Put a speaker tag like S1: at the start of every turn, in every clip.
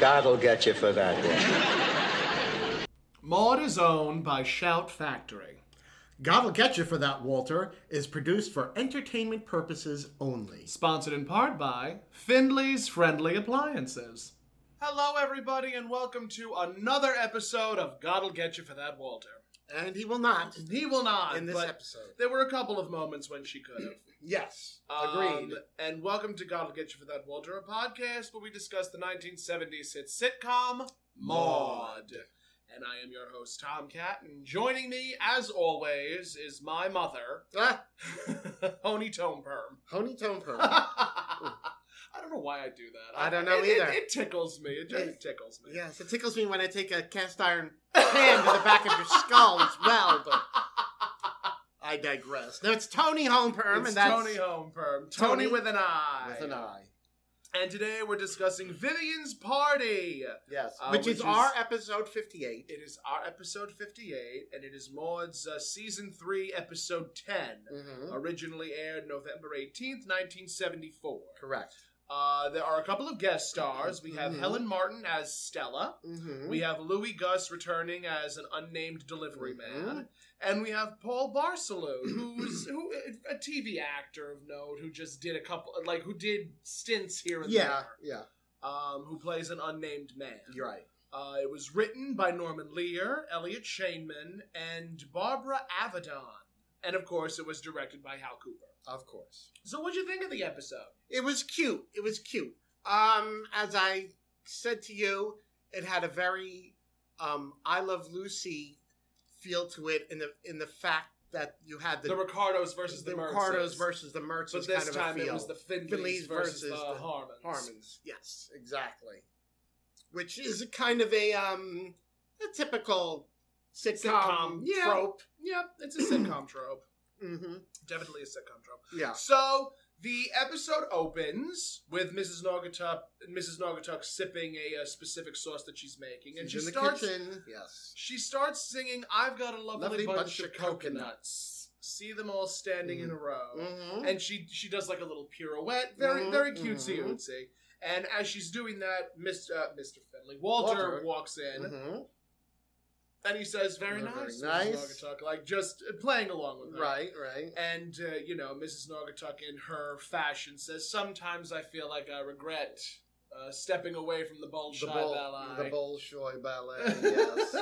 S1: God'll get you for that one.
S2: Maud is owned by Shout Factory.
S3: God'll Get You for That, Walter, is produced for entertainment purposes only.
S2: Sponsored in part by Findley's Friendly Appliances. Hello, everybody, and welcome to another episode of God'll Get You for That, Walter.
S3: And he will not
S2: He will not.
S3: in this
S2: but
S3: episode.
S2: There were a couple of moments when she could have.
S3: Yes,
S2: Um,
S3: agreed.
S2: and welcome to God will get you for that Walter, a podcast where we discuss the 1970s hit sitcom Maud. And I am your host Tom Cat, and joining me, as always, is my mother,
S3: ah,
S2: Honey Tone Perm.
S3: Honey Tone Pearl.
S2: I don't know why I do that.
S3: I don't know
S2: it- it-
S3: either.
S2: It, tickles me. It just
S3: It-
S2: tickles me.
S3: yes, it tickles me when I take a cast iron pan to the back of your skull as well, but I digress. No, it's Tony Home Perm,
S2: It's
S3: and that's
S2: Tony Home Perm. Tony,
S3: Tony
S2: with an eye.
S3: with an I.
S2: And today we're discussing Vivian's Party.
S3: Yes,
S2: Uh,
S3: which,
S2: which
S3: is,
S2: is-
S3: our episode 58.
S2: It is our episode 58, and it is Maud's uh, season 3, episode 10.
S3: Mhm,
S2: Originally aired November 18th, 1974.
S3: Correct.
S2: Uh, there are a couple of guest stars. We have
S3: Mhm.
S2: Helen Martin as Stella.
S3: Mm-hmm.
S2: We have Louis Gus returning as an unnamed delivery
S3: Mm-hmm.
S2: man. And we have Paul Barcelou, who's who, a TV actor of note who just did a couple, like, who did stints here and
S3: yeah, yeah,
S2: there, um, who plays an unnamed man.
S3: you're right.
S2: Uh, it was written by Norman Lear, Elliot Shainman, and Barbara Avedon. And of course, it was directed by Hal Cooper.
S3: Of course.
S2: So, what'd you think of the episode?
S3: It was cute. It was cute. Um, as I said to you, it had a very um, I Love Lucy feel to it in the in the fact that you had
S2: The,
S3: the,
S2: Ricardos versus the,
S3: the
S2: Merces.
S3: Ricardos versus the Mertzes
S2: But this
S3: kind of
S2: time
S3: a feel.
S2: it was the Findleys versus,
S3: Findleys versus
S2: the,
S3: the
S2: Harmons.
S3: Harmons. Yes, exactly. Which is a kind of a um a typical sitcom,
S2: Sitcom
S3: yeah.
S2: trope. Yep, it's a sitcom trope.
S3: hmm
S2: Definitely a sitcom trope.
S3: Yeah.
S2: So the episode opens with Mrs. Naugatuck, Mrs. Naugatuck sipping a, uh specific sauce that she's making, and she
S3: She's in the
S2: starts
S3: kitchen. Yes.
S2: She starts singing, I've got a lovely,
S3: Lovely
S2: bunch,
S3: bunch
S2: of
S3: of
S2: coconuts. See them all standing in a row.
S3: hmm
S2: And she she does like a little pirouette. Very,
S3: Mhm,
S2: very cutesy
S3: mhm.
S2: cutesy. And as she's doing that, Mr. Uh, Mr. Finley, Walter,
S3: Walter.
S2: walks in
S3: Mhm.
S2: and he says, Very
S3: Very
S2: nice, Mrs.
S3: Mm-hmm. nice.
S2: Naugatuck. Like just playing along with her.
S3: Right, right.
S2: And, uh, you know, Mrs. Naugatuck in her fashion says, Sometimes I feel like I regret uh, stepping away from the Bolshoi
S3: Bol-
S2: Ballet.
S3: the Bolshoi Ballet. Yes,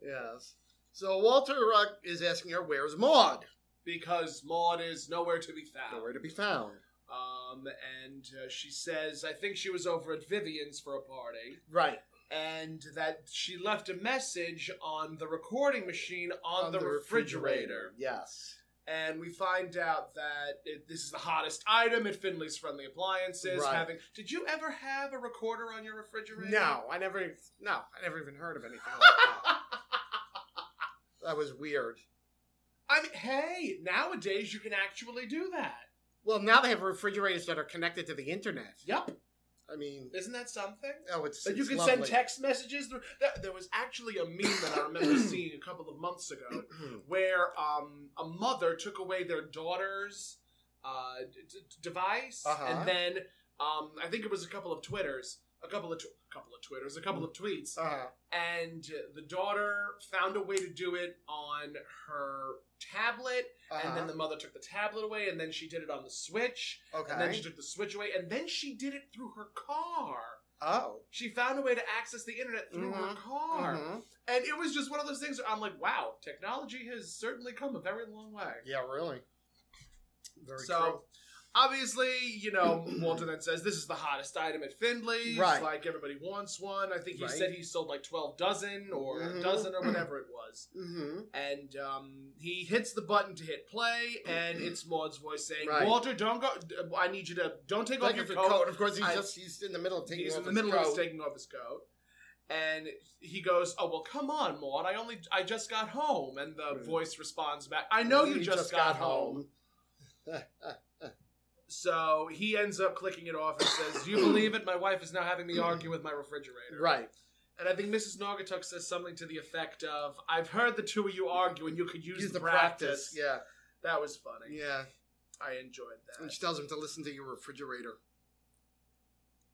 S3: yes. So Walter Ruck is asking her, "Where's Maud?
S2: because Maud is nowhere to be found.
S3: Nowhere to be found."
S2: Um, and uh, she says, I think she was over at Vivian's for a party,
S3: Right
S2: and that she left a message on the recording machine on, the, refrigerator.
S3: Yes.
S2: And we find out that it, this is the hottest item at Finley's Friendly Appliances.
S3: Right.
S2: Having, did you ever have a recorder on your refrigerator?
S3: No, I never. e-, No, I never even heard of anything like that. that was weird.
S2: I mean, hey, nowadays you can actually do that.
S3: Well, now they have refrigerators that are connected to the internet.
S2: Yep.
S3: I mean,
S2: Isn't that something?
S3: oh, it's
S2: That you
S3: it's
S2: can
S3: lovely.
S2: send text messages. Through. That, there was actually a meme that I remember seeing a couple of months ago
S3: Hmm.
S2: where um, a mother took away their daughter's uh, d- d- device,
S3: Uh-huh.
S2: and then um, I think it was a couple of twitters, a couple of tw- couple of twitters, a couple of tweets,
S3: uh,
S2: and the daughter found a way to do it on her tablet,
S3: Uh-huh.
S2: and then the mother took the tablet away, and then she did it on the Switch,
S3: okay.
S2: and then she took the Switch away, and then she did it through her car.
S3: oh.
S2: She found a way to access the internet through her
S3: Mhm.
S2: car.
S3: Mhm.
S2: And it was just one of those things where I'm like, wow, technology has certainly come a very long way.
S3: Yeah, really. Very
S2: So, Obviously, you know, Walter then says, this is the hottest item at Findley's.
S3: Right.
S2: Like, everybody wants one. I think he
S3: Right.
S2: said he sold like 12 dozen or a
S3: Mhm.
S2: dozen or whatever it was.
S3: true. Mm-hmm.
S2: And um, he hits the button to hit play, and it's Maud's voice saying,
S3: Right.
S2: Walter, don't go. I need you to. Don't take off
S3: Like
S2: your
S3: if your
S2: coat.
S3: coat. Of course, he's
S2: I-
S3: just he's in the middle of taking
S2: he's
S3: off
S2: in the
S3: his
S2: middle
S3: coat.
S2: of taking off his coat and he goes oh well come on maud i only i just got home and the
S3: Mhm.
S2: voice responds back i know you, just, got, home. so he ends up clicking it off and says do you believe it my wife is now having me argue with my refrigerator
S3: Right.
S2: and i think mrs naugatuck says something to the effect of i've heard the two of you argue and you could use,
S3: Use
S2: the, practice,
S3: Yeah.
S2: that was funny
S3: Yeah.
S2: i enjoyed that
S3: And she tells him to listen to your refrigerator.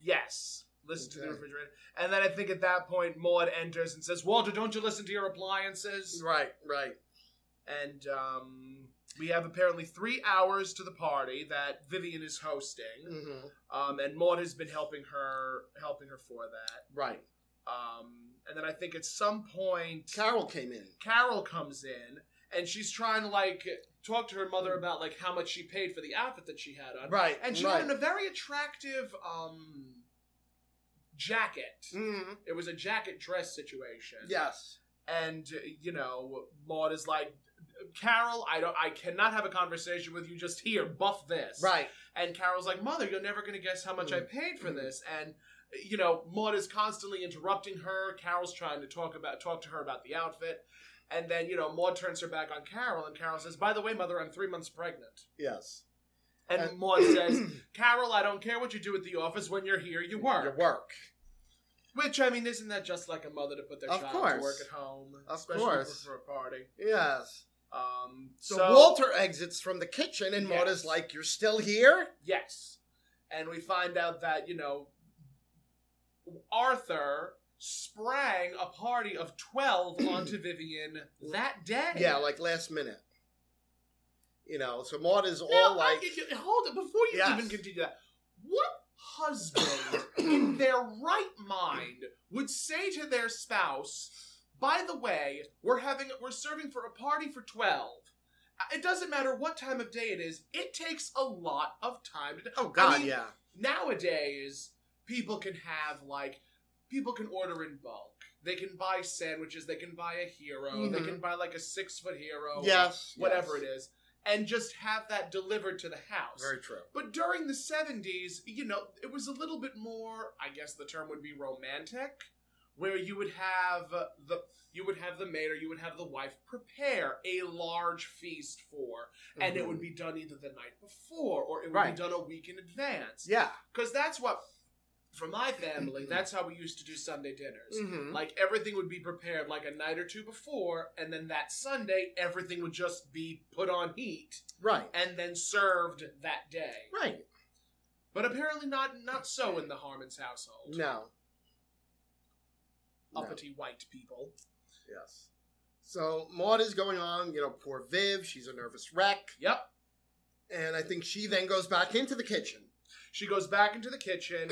S2: yes listen to the
S3: Okay.
S2: refrigerator. And then I think at that point, Maud enters and says, Walter, don't you listen to your appliances?
S3: Right, right.
S2: And um, we have apparently three hours to the party that Vivian is hosting.
S3: hmm
S2: Um, and Maud has been helping her helping her for that.
S3: Right.
S2: Um, and then I think at some point
S3: Carol came in.
S2: Carol comes in and she's trying to like talk to her mother about like how much she paid for the outfit that she had on.
S3: Mm. Right.
S2: And she
S3: right.
S2: had on a very attractive um jacket.
S3: Mhm.
S2: It was a jacket dress situation.
S3: Yes.
S2: And uh, you know, Maud is like Carol, I don't I cannot have a conversation with you just here, buff this.
S3: Right.
S2: And Carol's like, Mother, you're never going to guess how much I paid for
S3: Mm.
S2: this. And, you know, Maud is constantly interrupting her. Carol's trying to talk about talk to her about the outfit. And then, you know, Maud turns her back on Carol, and Carol says, By the way, Mother, I'm three months pregnant.
S3: Yes.
S2: And
S3: And-
S2: Maud says, Carol, I don't care what you do at the office. When you're here, you work.
S3: Your work.
S2: Which, I mean, isn't that just like a mother to put their
S3: Of
S2: child to
S3: course.
S2: work at home?
S3: Of
S2: especially
S3: course.
S2: For a party.
S3: Yes.
S2: Um,
S3: So,
S2: so,
S3: Walter exits from the kitchen, and Maud
S2: Yes.
S3: is like, "You're still here."
S2: Yes. And we find out that, you know, Arthur sprang a party of 12 onto Vivian that day.
S3: Yeah, like last minute. You know, so Maud is all
S2: Now, I-
S3: like,
S2: you- hold it. Before you
S3: Yes.
S2: even continue that, what husband in their right mind would say to their spouse, by the way, we're having we're serving for a party for 12. Uh, It doesn't matter what time of day it is. It takes a lot of time to
S3: "Oh God,
S2: mean,
S3: yeah,
S2: nowadays people can have like people can order in bulk they can buy sandwiches they can buy a hero they
S3: Mhm.
S2: can buy like a six foot hero
S3: yes,
S2: oh, whatever
S3: yes.
S2: it is and just have that delivered to the house
S3: Very true.
S2: but during the 70s you know it was a little bit more i guess the term would be romantic where you would have the you would have the maid or you would have the wife prepare a large feast for and it
S3: Mhm.
S2: would be done either the night before or it would
S3: Right.
S2: be done a week in advance.
S3: yeah,
S2: Because that's what, for my
S3: Mm-hmm.
S2: family, that's how we used to do Sunday dinners.
S3: Mhm.
S2: Like everything would be prepared like a night or two before, and then that Sunday, everything would just be put on heat
S3: right,
S2: and then served that day.
S3: right.
S2: But apparently, not not so in the Harmon's household.
S3: No, No.
S2: Uppity white people.
S3: yes. So Maud is going on. You know, poor Viv. She's a nervous wreck,
S2: Yep.
S3: and I think she then goes back into the kitchen.
S2: She goes back into the kitchen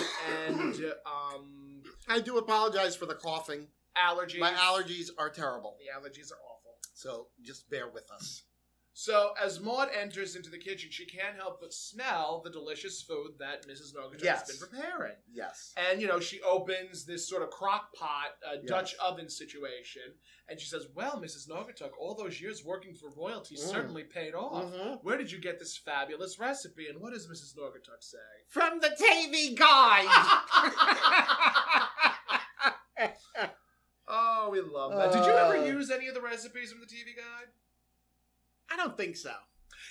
S2: and um,
S3: I do apologize for the coughing.
S2: allergies.
S3: My allergies are terrible,
S2: The allergies are awful.
S3: so just bear with us.
S2: So as Maud enters into the kitchen, she can't help but smell the delicious food that Mrs. Nogaton
S3: Yes.
S2: has been preparing.
S3: Yes.
S2: And you know, she opens this sort of crock pot uh,
S3: Yes.
S2: Dutch oven situation, and she says, "Well, Mrs. Nogatuk, all those years working for royalty
S3: Mm.
S2: certainly paid off.
S3: Mhm.
S2: Where did you get this fabulous recipe?" And what does Mrs. Nogatuk say?
S3: From the TV
S2: Ah!
S3: guide.
S2: oh, we love that. did you ever
S3: Uh.
S2: use any of the recipes from the TV guide?
S3: I don't think so.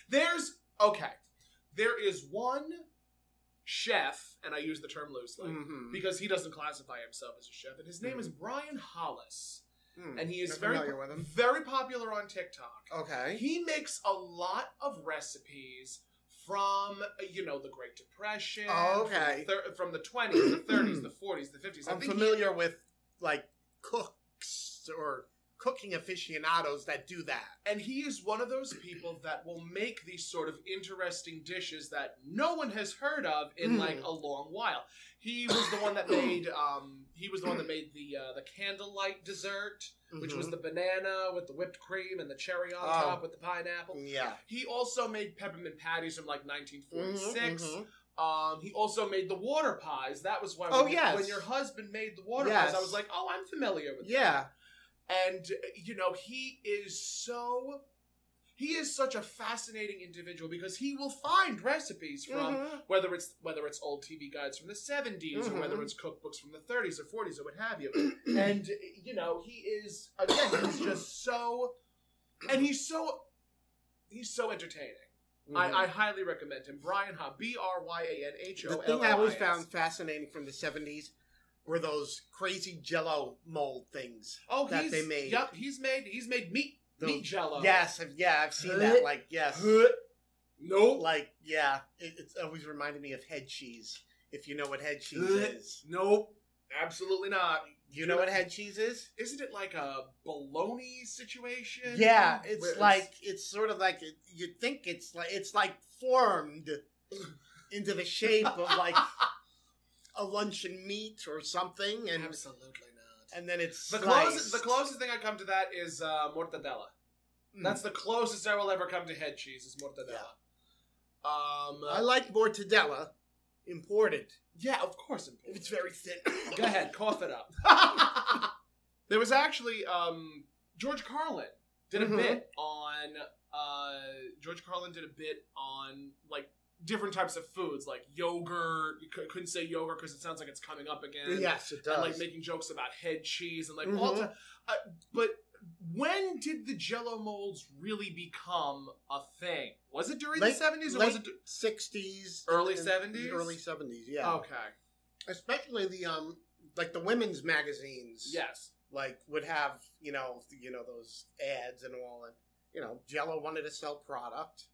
S2: There's okay. There is one chef, and I use the term loosely
S3: Mhm.
S2: because he doesn't classify himself as a chef, and his name is Brian Hollis,
S3: Mm.
S2: and he is
S3: Not
S2: very
S3: familiar with him.
S2: very popular on TikTok.
S3: Okay.
S2: He makes a lot of recipes from you know the Great Depression,
S3: Oh,
S2: from,
S3: okay.
S2: the thir- from the twenties, the thirties, the forties, the fifties. I
S3: I'm
S2: think he-
S3: familiar with like cooks or cooking aficionados that do that.
S2: and he is one of those people that will make these sort of interesting dishes that no one has heard of in
S3: Mm.
S2: like a long while. He was the one that made um, he was the one that made the uh, the candlelight dessert, which was the banana with the whipped cream and the cherry on
S3: Mm-hmm. Oh.
S2: top with the pineapple.
S3: yeah.
S2: He also made peppermint patties from like Mm-hmm, 1946.
S3: Mhm, mhm.
S2: Um, he also made the water pies. That was why
S3: Oh,
S2: when,
S3: yes.
S2: when your husband made the water
S3: Yes.
S2: pies, I was like, oh, I'm familiar with
S3: Yeah.
S2: and uh, you know he is so he is such a fascinating individual because he will find recipes from
S3: Mhm.
S2: whether it's whether it's old TV guides from the 70s or
S3: Mhm.
S2: whether it's cookbooks from the 30s or 40s or what have you and uh, you know he is again he's just so and he's so he's so entertaining
S3: Mm-hmm.
S2: I, I highly recommend him Brian Ha B R Y A N H O
S3: the
S2: L
S3: thing I
S2: L
S3: always
S2: I S.
S3: found fascinating from the 70s were those crazy jello mold things.
S2: oh
S3: that
S2: he's
S3: they made.
S2: yep he's made he's made meat meat
S3: Those-
S2: jello
S3: Yes, I've- yeah, I've seen that. Like, yes.
S2: Nope.
S3: Like, yeah, it, it's always reminded me of head cheese. if you know what head cheese is.
S2: Nope, absolutely not.
S3: You know what head cheese is?
S2: Isn't it like a baloney situation?
S3: Yeah, it's
S2: Where
S3: like it's sort of like it, you think it's like it's like formed into the shape of like a luncheon meat or something, and
S2: absolutely not.
S3: and then it's
S2: the
S3: sliced.
S2: closest, the closest thing I come to that is uh, mortadella.
S3: Mm.
S2: That's the closest I will ever come to head cheese is mortadella. Um,
S3: I like mortadella, imported.
S2: yeah, of course. important.
S3: It's very thin.
S2: Go ahead, cough it up. there was actually um, George Carlin did a
S3: Mhm.
S2: bit on uh, George Carlin did a bit on like different types of foods, like yogurt. You cou- couldn't say yogurt because it sounds like it's coming up again.
S3: yes, it does.
S2: and like making jokes about head cheese and like all
S3: Mhm.
S2: that. Uh, but when did the Jello molds really become a thing? Was it during
S3: Late-
S2: the seventies or was it?
S3: late
S2: du-
S3: sixties,
S2: Early Oh. 70s?
S3: early seventies. Yeah,
S2: Okay.
S3: especially the um, like the women's magazines.
S2: Yes.
S3: like would have you know you know those ads and all, and you know Jello wanted to sell product,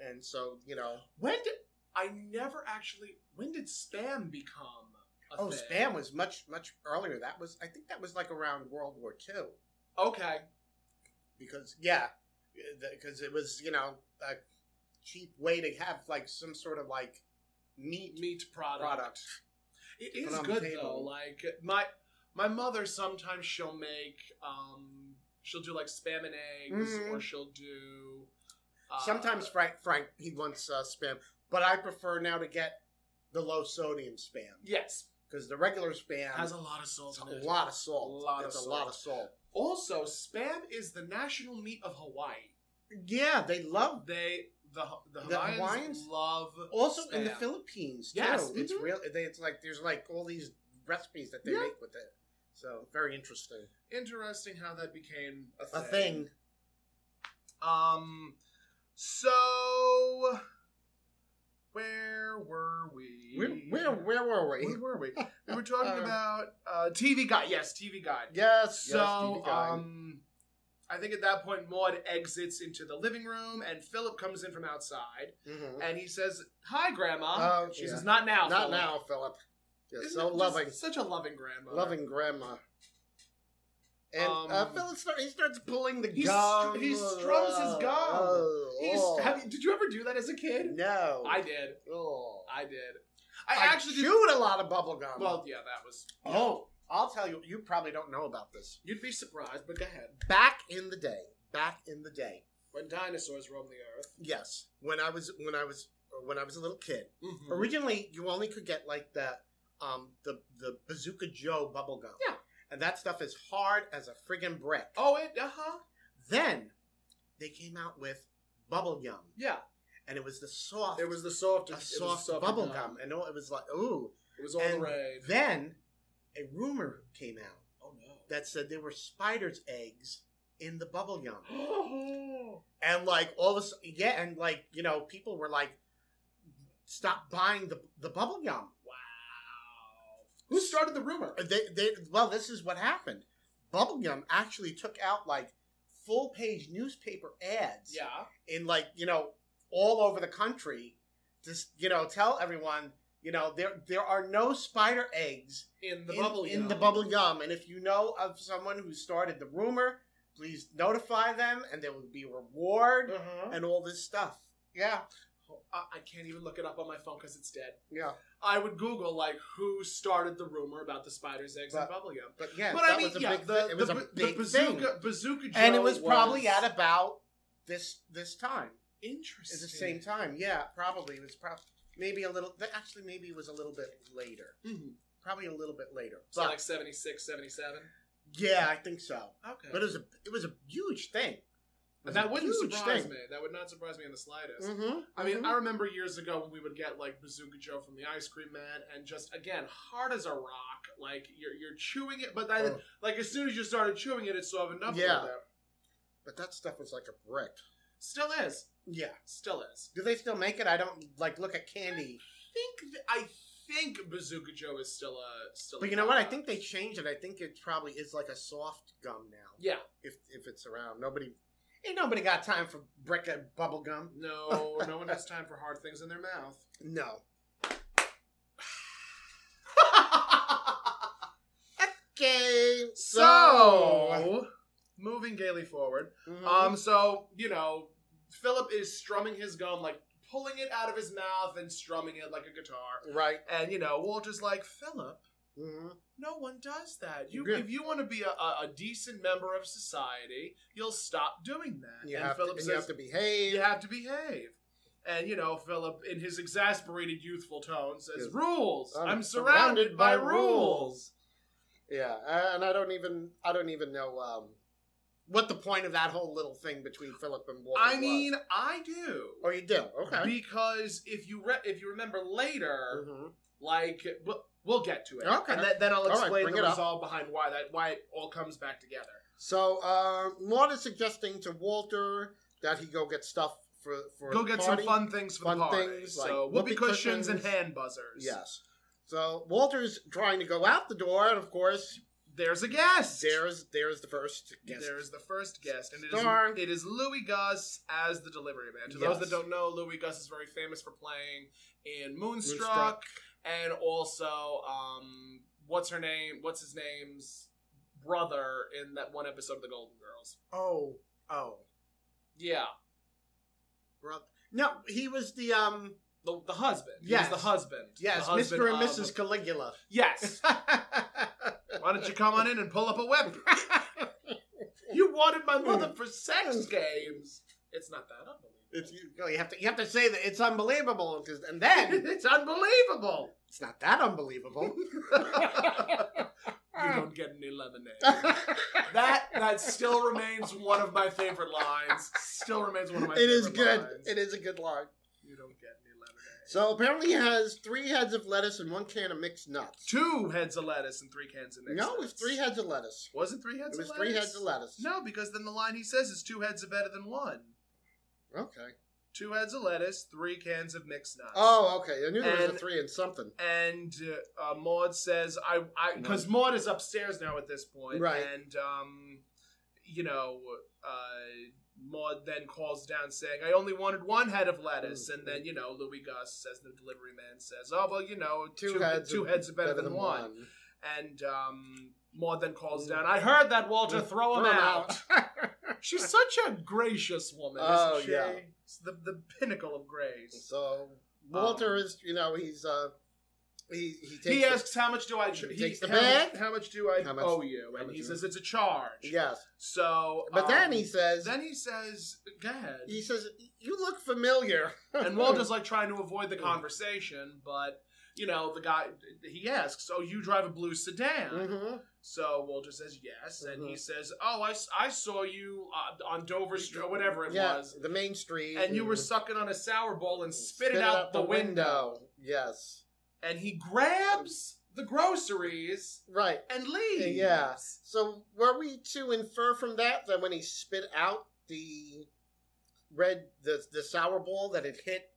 S3: and so you know
S2: When did I never actually? When did spam become? A
S3: oh
S2: thing?
S3: spam was much much earlier. That was I think that was like around World War II
S2: Okay.
S3: because yeah, because it was you know a cheap way to have like some sort of like meat
S2: Meat product.
S3: product.
S2: It
S3: Put
S2: is
S3: on the
S2: good
S3: table.
S2: though. Like my my mother sometimes she'll make um she'll do like spam and eggs
S3: Mhm.
S2: or she'll do uh,
S3: Sometimes Frank Frank he wants uh, spam, but I prefer now to get the low sodium spam
S2: yes
S3: because the regular spam
S2: has a lot of salt
S3: It's
S2: in it.
S3: a lot of salt.
S2: Lot of
S3: it's
S2: salt.
S3: a lot of salt.
S2: Also, spam is the national meat of Hawaii.
S3: Yeah, they love.
S2: They the the
S3: The
S2: Hawaiians,
S3: Hawaiians?
S2: love
S3: Also in the
S2: spam.
S3: Philippines too.
S2: Yes,
S3: It's
S2: mhm.
S3: real. They, it's like there's like all these recipes that they
S2: Yeah.
S3: make with it. So very interesting.
S2: Interesting how that became a thing.
S3: A thing.
S2: Um, so where were we?
S3: Where where where were we?
S2: Where were we? we were talking
S3: Uh,
S2: about uh, TV guide. Yes, TV guide.
S3: Yes. yes,
S2: So,
S3: TV guide.
S2: um, I think at that point, Maud exits into the living room, and Philip comes in from outside,
S3: Mhm.
S2: and he says, "Hi, Grandma."
S3: Oh,
S2: she
S3: yeah.
S2: says, "Not now,
S3: not
S2: Philip."
S3: now, Philip. You're
S2: Isn't
S3: so
S2: it just
S3: loving,
S2: such a loving grandma.
S3: loving grandma. And uh,
S2: Um,
S3: Philip start, he starts pulling the
S2: He str-
S3: gum.
S2: he strums his gum.
S3: Oh,
S2: He's,
S3: oh.
S2: have you, did you ever do that as a kid?
S3: no.
S2: I did.
S3: Oh.
S2: I did. I, actually did.
S3: chewed a lot of bubble gum.
S2: Well, yeah, that was.
S3: Oh, I'll tell you, you probably don't know about this.
S2: You'd be surprised, but go ahead.
S3: Back in the day, back in the day,
S2: When dinosaurs roamed the earth.
S3: yes, when I was when I was when I was a little kid,
S2: Mhm.
S3: originally you only could get like the um the the Bazooka Joe bubble gum.
S2: Yeah.
S3: And that stuff is hard as a friggin' brick.
S2: Oh, it. Uh huh.
S3: Then they came out with bubble gum,
S2: Yeah.
S3: and it was the soft,
S2: It was the soft.
S3: a
S2: it was the
S3: soft,
S2: soft
S3: bubble gum, and all- it was like ooh.
S2: It was all
S3: And
S2: the rage.
S3: Then a rumor came out
S2: Oh no.
S3: that said there were spiders' eggs in the bubble gum.
S2: Oh.
S3: and like all this yeah and like you know people were like stop buying the the bubble gum
S2: Wow. Who started the rumor?
S3: they they well this is what happened bubble gum actually took out like full page newspaper ads
S2: Yeah.
S3: in like you know all over the country just you know tell everyone you know there there are no spider eggs
S2: In the
S3: in,
S2: bubble.
S3: in the
S2: gum.
S3: bubble gum and if you know of someone who started the rumor please notify them and there will be a reward
S2: Uh-huh. Oh,
S3: and all this stuff yeah
S2: I I can't even look it up on my phone because it's dead.
S3: yeah
S2: I would Google like who started the rumor about the spider's eggs
S3: But-
S2: and bubblegum.
S3: But yeah,
S2: but
S3: that
S2: I mean,
S3: was a
S2: yeah,
S3: big.
S2: the,
S3: thi- it was
S2: the,
S3: a
S2: ba- the
S3: big
S2: bazooka,
S3: thing,
S2: bazooka Joe
S3: and it was probably at about this this time. At
S2: interesting.
S3: the same time, yeah, probably it was probably maybe a little. th- Actually, maybe it was a little bit later.
S2: Mhm.
S3: Probably a little bit later.
S2: So
S3: But
S2: like 76, 77?
S3: yeah, I think so.
S2: Okay,
S3: But it was a it was a huge thing. It was
S2: and that
S3: a
S2: wouldn't
S3: huge
S2: surprise
S3: thing.
S2: me. That would not surprise me in the slightest.
S3: Mhm,
S2: I mean,
S3: mhm.
S2: I remember years ago when we would get like Bazooka Joe from the ice cream man, and just again hard as a rock. Like you're you're chewing it, but then
S3: Oh.
S2: like as soon as you started chewing it, it softened up. a
S3: Yeah.
S2: little bit.
S3: but that stuff was like a brick.
S2: still is,
S3: Yeah.
S2: still is.
S3: Do they still make it? I don't like look at candy.
S2: think th- I think Bazooka Joe is still a still.
S3: But
S2: a
S3: you know what? I
S2: product.
S3: think they changed it. I think it probably is like a soft gum now.
S2: yeah.
S3: if if it's around. Nobody ain't nobody got time for brick and bubble gum.
S2: No, no one has time for hard things in their mouth.
S3: No.
S2: So, moving gaily forward.
S3: Mm-hmm.
S2: Um, so you know, Philip is strumming his gun, like pulling it out of his mouth and strumming it like a guitar.
S3: right.
S2: And you know, Walter's like, Philip,
S3: hmm
S2: no one does that. You,
S3: Yeah.
S2: if you want to be a, a, a decent member of society, you'll stop doing that.
S3: You,
S2: and
S3: have to,
S2: Philip
S3: and
S2: says,
S3: you have to behave.
S2: you have to behave. And you know, Philip, in his exasperated youthful tone, says,
S3: Yes.
S2: "Rules.
S3: I'm
S2: I'm, surrounded,
S3: surrounded
S2: by,
S3: by
S2: rules."
S3: Yeah, uh, and I don't even I don't even know um, what the point of that whole little thing between Philip and Walter.
S2: I
S3: was.
S2: mean, I do.
S3: oh, you do okay.
S2: Because if you re- if you remember later,
S3: Mhm.
S2: like we'll, we'll get to it.
S3: Okay.
S2: And th- then I'll
S3: right,
S2: explain
S3: bring
S2: the
S3: it up.
S2: resolve behind why that why it all comes back together.
S3: So uh, Maud is suggesting to Walter that he go get stuff for for
S2: Go
S3: the
S2: get
S3: party.
S2: some fun things for
S3: fun
S2: the party.
S3: things, like
S2: so
S3: whoopee
S2: whoopee cushions, and
S3: cushions.
S2: hand buzzers.
S3: Yes. So Walter's trying to go out the door, and of course,
S2: There's a guest.
S3: there's there's the first guest.
S2: There is the first guest, and it is,
S3: Star.
S2: it is Louis Gus as the delivery man. To those
S3: Yes.
S2: that don't know, Louis Gus is very famous for playing in Moonstruck,
S3: Moonstruck.
S2: and also um, what's her name? What's his name's brother in that one episode of The Golden Girls?
S3: Oh, oh,
S2: Yeah,
S3: brother. No, he was the um.
S2: the, the husband. He was
S3: Yes.
S2: the husband.
S3: Yes,
S2: The husband
S3: Mr. and
S2: of-
S3: Mrs. Caligula.
S2: Yes. Why don't you come on in and pull up a whip? you wanted my mother for sex games. It's not that unbelievable.
S3: It's, you, no, you have to you have to say that it's unbelievable, 'cause- and then
S2: it's unbelievable.
S3: it's not that unbelievable. Ah.
S2: you don't get any lemonade. that that still remains one of my favorite lines. Still remains one of my
S3: it
S2: favorite
S3: is good.
S2: lines.
S3: It is a good line.
S2: You don't get any lemonade.
S3: So apparently, he has three heads of lettuce and one can of mixed nuts.
S2: Two heads of lettuce and three cans of mixed
S3: no, it was
S2: nuts.
S3: three heads of lettuce.
S2: Wasn't three heads
S3: It was
S2: of
S3: three
S2: lettuce?
S3: heads of lettuce.
S2: No, because then the line he says is two heads are better than one.
S3: Okay.
S2: Two heads of lettuce, three cans of mixed nuts.
S3: Oh, okay. I knew there was a
S2: And-
S3: three and something.
S2: and uh, uh, Maud says, "I, I," because Maud is upstairs now at this point,
S3: Right.
S2: And um, you know, uh, Maud then calls down saying, "I only wanted one head of lettuce," and then you know, Louis Gus says, the delivery man says, "Oh well, you know, two two heads,
S3: are
S2: are better, than, one. And um, Maud then calls down, "I heard that Walter Mm. throw him
S3: Throw 'em
S2: out." She's such a gracious woman,
S3: Oh,
S2: isn't she?
S3: yeah.
S2: It's the the pinnacle of grace.
S3: so Walter
S2: Um,
S3: is, you know, he's uh, he he takes.
S2: He
S3: the-
S2: asks how much do I tr-
S3: He takes the
S2: how, much-
S3: bag.
S2: how much do I
S3: How much-
S2: owe you?
S3: how
S2: And
S3: much
S2: he
S3: do-
S2: says it's a charge.
S3: yes,
S2: So,
S3: but
S2: um,
S3: then he says,
S2: then he says, "Go ahead."
S3: he says, "Oh." "You look familiar."
S2: and Walter's like trying to avoid
S3: Mm.
S2: the conversation, but you know the guy he asks, "Oh, you drive a blue sedan?"
S3: Mhm.
S2: So Walter says yes, and he
S3: Mhm.
S2: says, "Oh, I, s- I saw you uh, on Dover Street, or whatever it
S3: yeah, Mm-hmm.
S2: was,
S3: the main street,
S2: and you were
S3: spit,
S2: sucking on a sour ball and spit, it out, the window."
S3: Yes,
S2: And he grabs the groceries
S3: right.
S2: and leaves.
S3: Yeah. So were we to infer from that that when he spit out the red, the the sour ball, that it hit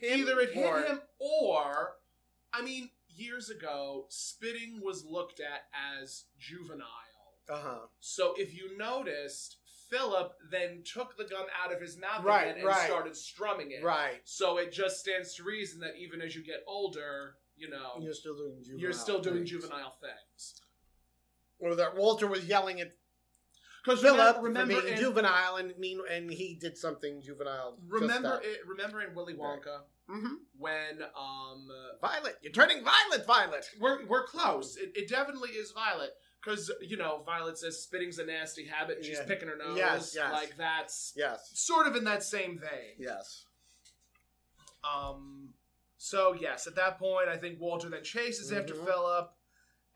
S3: him,
S2: Either it hit
S3: or-
S2: him or, I mean, years ago, spitting was looked at as juvenile.
S3: Uh-huh.
S2: So if you noticed, Philip then took the gun out of his mouth
S3: Right,
S2: again and
S3: right.
S2: started strumming it.
S3: Right.
S2: So it just stands to reason that even as you get older, you know, you're,
S3: You're still doing juvenile.
S2: still doing
S3: things.
S2: juvenile things.
S3: Or that Walter was yelling at
S2: Because
S3: Philip
S2: remember,
S3: for being
S2: in,
S3: juvenile, and mean, and he did something juvenile.
S2: remember, it, remember in Willy
S3: Right.
S2: Wonka
S3: hmm
S2: when um,
S3: Violet, you're turning violet, Violet.
S2: We're we're close. It, it definitely is Violet because you know Violet says spitting's a nasty habit. And she's
S3: Yeah.
S2: picking her nose.
S3: Yes, yes.
S2: Like that's
S3: Yes.
S2: sort of in that same vein.
S3: Yes.
S2: Um. So yes, at that point, I think Walter then chases after
S3: Mhm.
S2: Philip,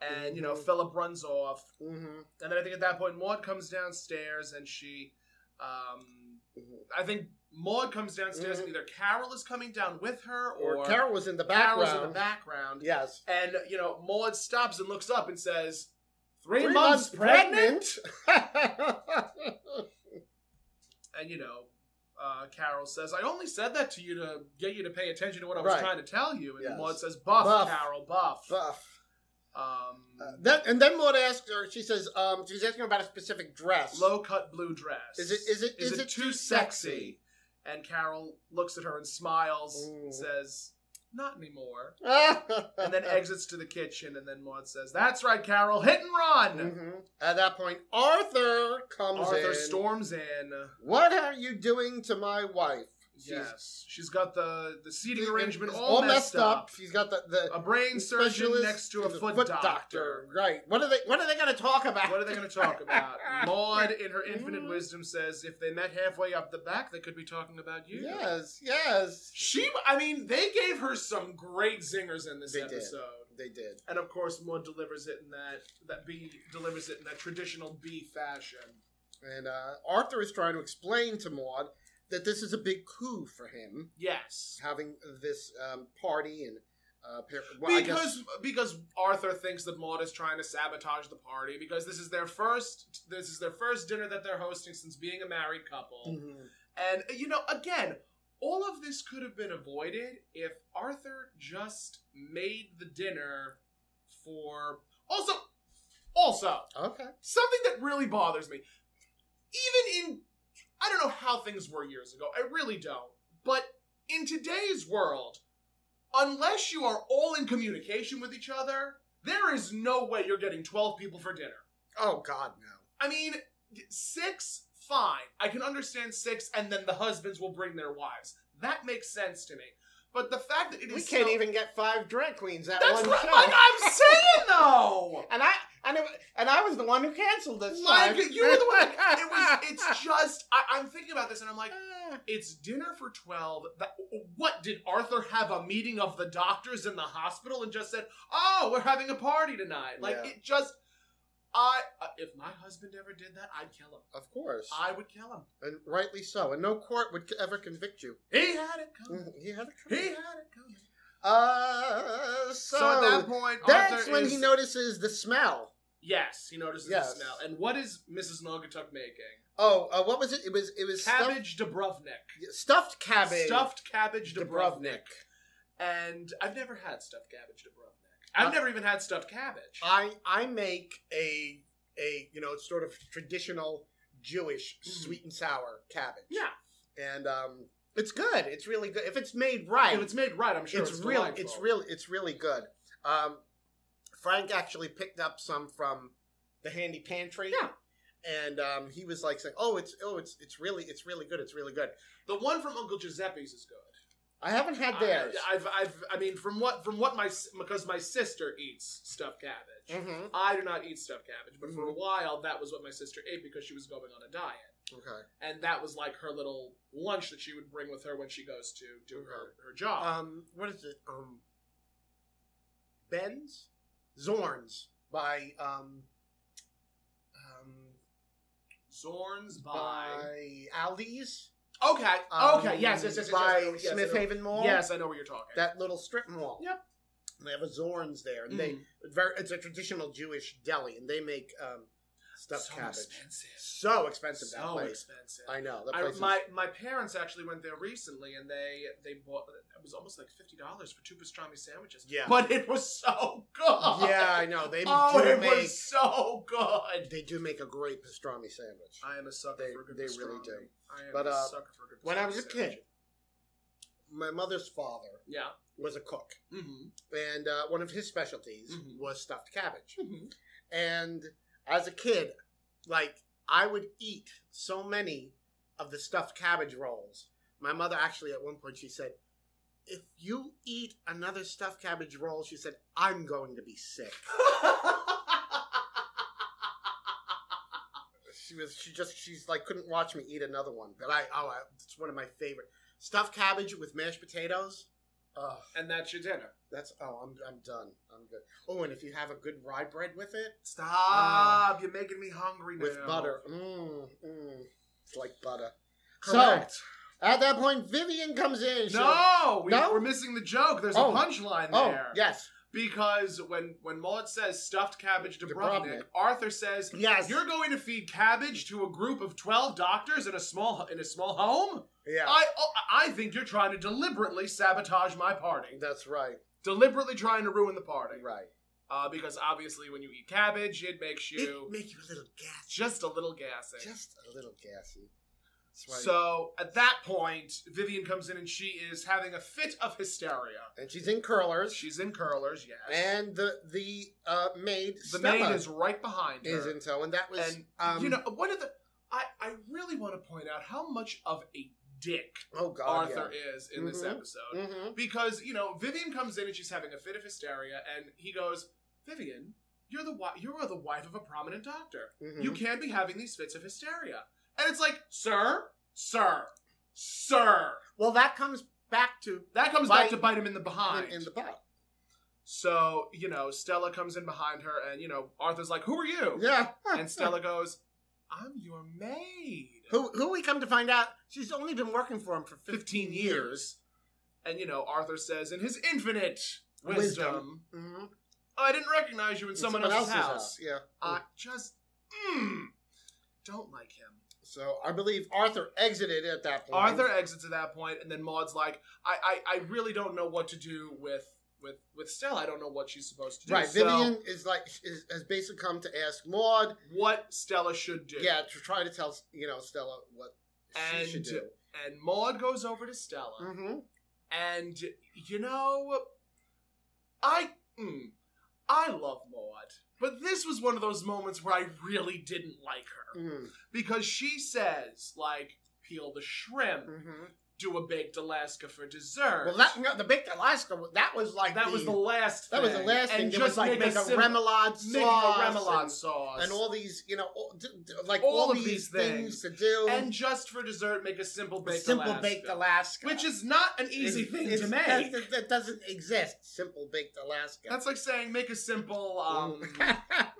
S2: and you know
S3: Mhm.
S2: Philip runs off,
S3: Mm-hmm.
S2: and then I think at that point Maud comes downstairs and she, um,
S3: mm-hmm.
S2: I think Maud comes downstairs
S3: Mhm.
S2: and either Carol is coming down with her or,
S3: Or, Carol was in the
S2: Carol
S3: background.
S2: is in the background.
S3: Yes.
S2: And, you know, Maud stops and looks up and says, Three, months, pregnant? And, you know, uh, Carol says, I only said that to you to get you to pay attention to what I was
S3: Right.
S2: trying to tell you. And
S3: Yes.
S2: Maud says, Buff,
S3: Buff.
S2: Carol, buff.
S3: Buff.
S2: Um,
S3: Uh, that, and then Maud asks her. She says, um, she's asking about a specific dress.
S2: low cut blue dress.
S3: Is it? Is it?
S2: Is it too sexy? And Carol looks at her and smiles and
S3: Mm.
S2: says, not anymore.
S3: and
S2: And then exits to the kitchen, and then Maud says, That's right, Carol, hit and run!
S3: At that point, Arthur comes Mm-hmm. in.
S2: Arthur storms in.
S3: What are you doing to my wife? She's-
S2: yes. She's got the, the seating arrangement
S3: It's
S2: all, messed, up.
S3: She's got the, the
S2: A brain surgeon
S3: specialist
S2: next to a
S3: is
S2: foot, doctor.
S3: Right. What are they What are they going to talk about?
S2: What are they going to talk about? Maud, in her infinite wisdom, says if they met halfway up the back, they could be talking about you.
S3: Yes. Yes.
S2: She, I mean, they gave her some great zingers in this
S3: They did.
S2: episode.
S3: They did.
S2: And of course, Maud delivers it in that that B delivers it in that traditional B fashion.
S3: And uh, Arthur is trying to explain to Maud that this is a big coup for him,
S2: Yes,
S3: having this um, party and uh, par- well, I guess-
S2: because because Arthur thinks that Maud is trying to sabotage the party because this is their first this is their first dinner that they're hosting since being a married couple.
S3: Mhm.
S2: And you know, again, all of this could have been avoided if Arthur just made the dinner for also also
S3: okay,
S2: something that really bothers me. Even in I don't know how things were years ago. I really don't. But in today's world, unless you are all in communication with each other, there is no way you're getting 12 people for dinner.
S3: oh God, no,
S2: I mean, six, fine. I can understand six, and then the husbands will bring their wives. That makes sense to me. But the fact that it is
S3: we can't
S2: so-
S3: even get five drag queens at
S2: That's
S3: one
S2: what
S3: show.
S2: like, I'm saying though.
S3: and I and, it, and I was the one who canceled this.
S2: Like
S3: time.
S2: you were the one. It was. It's just. I, I'm thinking about this, and I'm like,
S3: Ah.
S2: it's dinner for twelve. That, what did Arthur have a meeting of the doctors in the hospital and just said, "Oh, we're having a party tonight." Like
S3: Yeah.
S2: it just. I uh, if my husband ever did that, I'd kill him.
S3: of course,
S2: I would kill him.
S3: and rightly so. And no court would ever convict you.
S2: He had it coming.
S3: Mhm, He had a
S2: He had it coming.
S3: Uh, so,
S2: So, at that point,
S3: that's
S2: Arthur
S3: when
S2: is-
S3: he notices the smell.
S2: Yes, he notices
S3: Yes.
S2: the smell. And what is Mrs. Naugatuck making?
S3: Oh, uh, what was it? It was it was
S2: Cabbage Dubrovnik.
S3: stuffed, stuffed cabbage,
S2: Stuffed cabbage Dubrovnik.
S3: Dubrovnik.
S2: And I've never had stuffed cabbage Dubrovnik. I've
S3: Uh,
S2: never even had stuffed cabbage.
S3: I I make a a you know sort of traditional Jewish
S2: Mhm.
S3: sweet and sour cabbage.
S2: yeah.
S3: and um, it's good. It's really good if it's made right.
S2: If it's made right, I'm sure it's,
S3: it's real.
S2: delightful.
S3: It's real. It's really good. Um, Frank actually picked up some from the handy pantry.
S2: Yeah.
S3: And um, he was like saying, "Oh, it's oh, it's it's really it's really good. It's really good."
S2: The one from Uncle Giuseppe's is good.
S3: I haven't had theirs.
S2: I, I've, I've, I mean, from what, from what my, s- because my sister eats stuffed cabbage.
S3: Mhm.
S2: I do not eat stuffed cabbage, but
S3: Mm-hmm.
S2: for a while, that was what my sister ate because she was going on a diet.
S3: Okay.
S2: and that was like her little lunch that she would bring with her when she goes to do
S3: Mm-hmm.
S2: her, her job.
S3: um, what is it? Um, Ben's Zorns by um, um,
S2: Zorns by,
S3: by Aldi's.
S2: okay,
S3: Um,
S2: okay, yes, yes, yes, yes, yes,
S3: by
S2: yes, yes, I know-
S3: Smith Haven Mall.
S2: Yes, I know what you're talking.
S3: that little strip mall.
S2: Yep.
S3: And they have a Zorns there, and they
S2: Mm.
S3: very. It's a traditional Jewish deli, and they make um, stuffed
S2: so
S3: cabbage.
S2: expensive,
S3: So expensive that
S2: so
S3: place.
S2: expensive.
S3: I know that
S2: I,
S3: place.
S2: my
S3: is,
S2: my parents actually went there recently, and they they bought it was almost like fifty dollars for two pastrami sandwiches.
S3: Yeah.
S2: but it was so good.
S3: yeah, I know they
S2: oh,
S3: do
S2: it
S3: make.
S2: was so good.
S3: They do make a great pastrami sandwich.
S2: I am a sucker
S3: They-
S2: for a good
S3: they
S2: pastrami.
S3: really do.
S2: I am
S3: But,
S2: a
S3: uh,
S2: sucker for a good
S3: when I was a
S2: pastrami
S3: kid,
S2: sandwich.
S3: My mother's father
S2: Yeah.
S3: was a cook,
S2: Mm-hmm.
S3: and uh, one of his specialties
S2: Mhm.
S3: was stuffed cabbage.
S2: Mm-hmm.
S3: And as a kid, like I would eat so many of the stuffed cabbage rolls. My mother actually at one point she said, "If you eat another stuffed cabbage roll," she said, "I'm going to be sick." She was she just she's like couldn't watch me eat another one, but I oh I, it's one of my favorite stuffed cabbage with mashed potatoes. Oh,
S2: and that's your dinner.
S3: that's oh I'm I'm done. I'm good. Oh, and if you have a good rye bread with it,
S2: Stop! You're making me hungry now.
S3: Uh, with butter, mm, mm, it's like butter.
S2: Correct.
S3: So at that point, Vivian comes in. she-
S2: no, we,
S3: No?
S2: we're missing the joke. There's
S3: Oh.
S2: a punchline
S3: Oh
S2: there.
S3: yes,
S2: Because when when Maud says stuffed cabbage Dubrovnik,
S3: Dubrovnik.
S2: Arthur says
S3: yes.
S2: you're going to feed cabbage to a group of twelve doctors in a small in a small home.
S3: yeah,
S2: I oh, I think you're trying to deliberately sabotage my party.
S3: that's right.
S2: Deliberately trying to ruin the party.
S3: Right.
S2: Uh, because obviously, when you eat cabbage, it makes you
S3: It make you a little gassy,
S2: just a little gassy.
S3: just a little gassy. That's right.
S2: So at that point, Vivian comes in and she is having a fit of hysteria.
S3: and she's in curlers.
S2: She's in curlers, yes.
S3: and the the uh, maid
S2: the
S3: Stella,
S2: maid is right behind her.
S3: is in tow, and that was
S2: and
S3: um,
S2: you know, one of the I, I really want to point out how much of a dick
S3: oh god
S2: Arthur is in this
S3: Mhm.
S2: episode.
S3: Yeah. hmm
S2: Because, you know, Vivian comes in and she's having a fit of hysteria and he goes, Vivian, you're the wi- you are the wife of a prominent doctor.
S3: Mm-hmm.
S2: You can't be having these fits of hysteria. And it's like, sir, sir, sir.
S3: well, that comes back to
S2: That comes
S3: Bite-
S2: back to bite him in the
S3: in,
S2: behind.
S3: in the butt.
S2: so, you know, Stella comes in behind her and, you know, Arthur's like, who are you?
S3: Yeah.
S2: And Stella goes, I'm your maid.
S3: who who we come to find out, she's only been working for him for 15,
S2: 15
S3: years.
S2: years. And, you know, Arthur says in his infinite wisdom,
S3: Wisdom. Mm-hmm.
S2: "Oh, I didn't recognize you in someone, else's, house.
S3: Yeah.
S2: I just mm, don't like him.
S3: So I believe Arthur exited at that point.
S2: Arthur exits at that point, and then Maud's like, I, I, I really don't know what to do with with with Stella. I don't know what she's supposed to do.
S3: Right.
S2: So,
S3: Vivian is like is, has basically come to ask Maud,
S2: what Stella should do.
S3: yeah, to try to tell you know Stella what
S2: And-
S3: she should do.
S2: And Maud goes over to Stella,
S3: Mm-hmm.
S2: and you know, I mm, I love Maud, but this was one of those moments where I really didn't like
S3: Mm.
S2: her
S3: mm-hmm,
S2: because she says like, peel the shrimp.
S3: Mm-hmm.
S2: do a baked Alaska for dessert.
S3: Well, that no, the baked Alaska that was like
S2: that was the last.
S3: that was the
S2: thing.
S3: last thing.
S2: And
S3: There
S2: just
S3: was like
S2: make
S3: make a,
S2: sim-
S3: remoulade sauce,
S2: make a remoulade
S3: and,
S2: sauce,
S3: and all these you know all, d- d- like
S2: All
S3: all,
S2: of these
S3: these, things, to do.
S2: And just for dessert, make a simple
S3: The
S2: baked
S3: simple
S2: Alaska,
S3: baked Alaska,
S2: which is not an easy
S3: It's-
S2: thing
S3: it's-
S2: to
S3: that's-
S2: make.
S3: That, that doesn't exist. Simple baked Alaska.
S2: That's like saying make a simple. um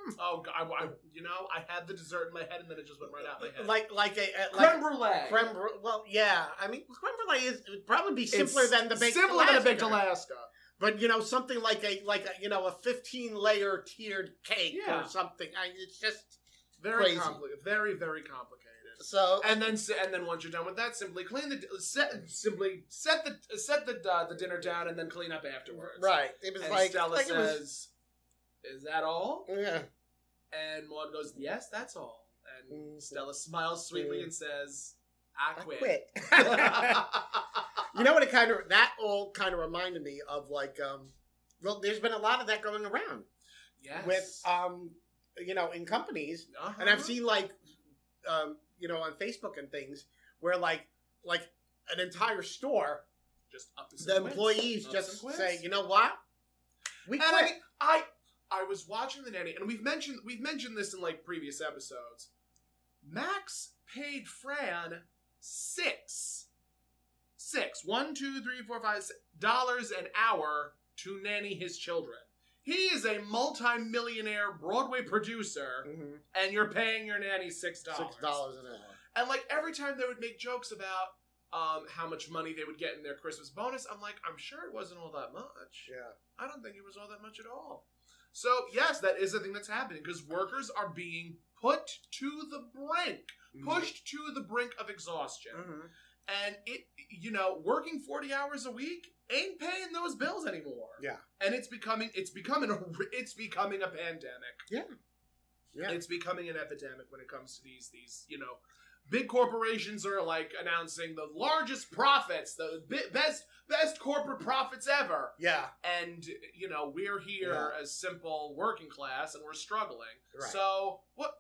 S3: Mm.
S2: Oh, God, I, I, you know, I had the dessert in my head, and then it just went right out my head.
S3: like like a uh, like
S2: creme brulee.
S3: creme brulee. Well, yeah. I mean, creme brulee is would probably be simpler
S2: It's
S3: than the baked
S2: simpler
S3: Alaska.
S2: than a baked Alaska.
S3: But you know, something like a like a you know a fifteen layer tiered cake
S2: Yeah.
S3: or something. I, it's just
S2: Very
S3: Crazy.
S2: complicated. Very very complicated.
S3: so.
S2: and then s- and then once you're done with that, simply clean the set, simply set the set the uh, the dinner down, and then clean up afterwards.
S3: Right. It was
S2: And
S3: like
S2: Stella
S3: like it
S2: says,
S3: was.
S2: "Is that all?"
S3: Yeah.
S2: And Maud goes, "Yes, that's all." And
S3: Mm.
S2: Stella smiles sweetly
S3: Mm.
S2: and says, "I quit."
S3: you know what? It kind of that all kind of reminded me of like um. Well, there's been a lot of that going around
S2: yes.
S3: with um, you know, in companies,
S2: Uh-huh.
S3: and I've seen like, um, you know, on Facebook and things where like like an entire store,
S2: just up and
S3: the
S2: quits. Ups
S3: employees
S2: and
S3: just
S2: quits.
S3: say, you know what, we
S2: And I,
S3: quit.
S2: mean, I I was watching the nanny, and we've mentioned we've mentioned this in like previous episodes. Max paid Fran six, six, one, two, three, four, five six dollars an hour to nanny his children. He is a multi-millionaire Broadway producer,
S3: Mhm.
S2: and you're paying your nanny six dollars.
S3: Six dollars an hour.
S2: And like every time they would make jokes about um, how much money they would get in their Christmas bonus, I'm like, I'm sure it wasn't all that much.
S3: Yeah.
S2: I don't think it was all that much at all. So yes, that is the thing that's happening because workers are being put to the brink, pushed to the brink of exhaustion,
S3: Mhm.
S2: and it you know working forty hours a week ain't paying those bills anymore.
S3: Yeah.
S2: and it's becoming it's becoming a it's becoming a pandemic.
S3: Yeah.
S2: It's becoming an epidemic when it comes to these these you know big corporations are like announcing the largest profits, the bi- best best corporate profits ever
S3: yeah.
S2: and you know we're here as simple working class and we're struggling
S3: Right.
S2: so what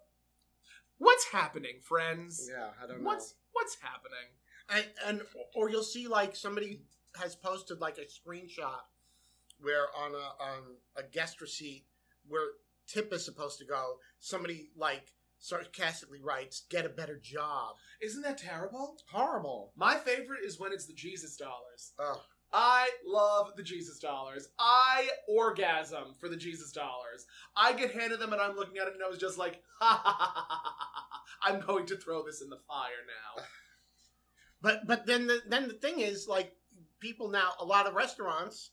S2: what's happening friends
S3: Yeah. I don't know.
S2: what's what's happening
S3: and, and or you'll see like somebody has posted like a screenshot where on a um, a guest receipt where tip is supposed to go, somebody like sarcastically writes, "Get a better job."
S2: isn't that terrible
S3: Horrible.
S2: my favorite is when it's the jesus dollars
S3: Oh.
S2: I love the Jesus dollars. I orgasm for the Jesus dollars. I get handed them and I'm looking at it and I was just like, ha ha ha ha ha ha. ha. I'm going to throw this in the fire now.
S3: But but then the then the thing is like people now a lot of restaurants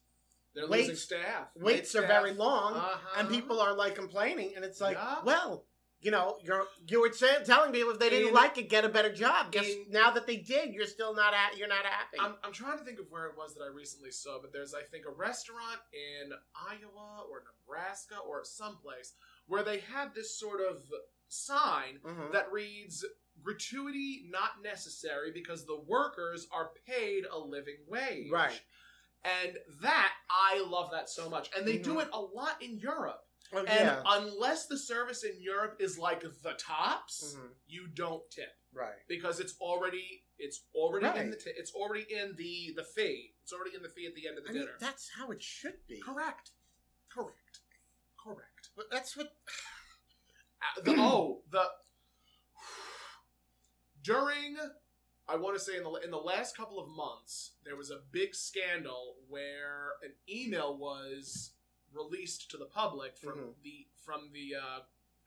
S2: They're
S3: Wait-
S2: losing staff.
S3: waits are
S2: Staff.
S3: very long
S2: Uh-huh.
S3: and people are like complaining and it's like
S2: Yeah.
S3: well you know you're you were saying, telling people if they didn't
S2: In-
S3: like it get a better job guess
S2: in-
S3: now that they did you're still not at you're not happy
S2: I'm, I'm trying to think of where it was that I recently saw, but there's, I think, a restaurant in Iowa or Nebraska or someplace where they had this sort of sign
S3: Mhm.
S2: that reads gratuity not necessary because the workers are paid a living wage.
S3: Right.
S2: And that I love that so much. And they do
S3: Mhm.
S2: it a lot in Europe.
S3: Oh,
S2: And
S3: yeah.
S2: unless the service in Europe is like the tops,
S3: Mhm.
S2: you don't tip
S3: Right.
S2: because it's already it's already in
S3: Right.
S2: the t- it's already in the the fee. It's already in the fee at the end of the
S3: I mean,
S2: dinner.
S3: that's how it should be.
S2: Correct. Correct. Correct.
S3: But that's what.
S2: Uh, the, oh, the during I want to say in the in the last couple of months there was a big scandal where an email was released to the public from
S3: Mhm.
S2: the from the uh,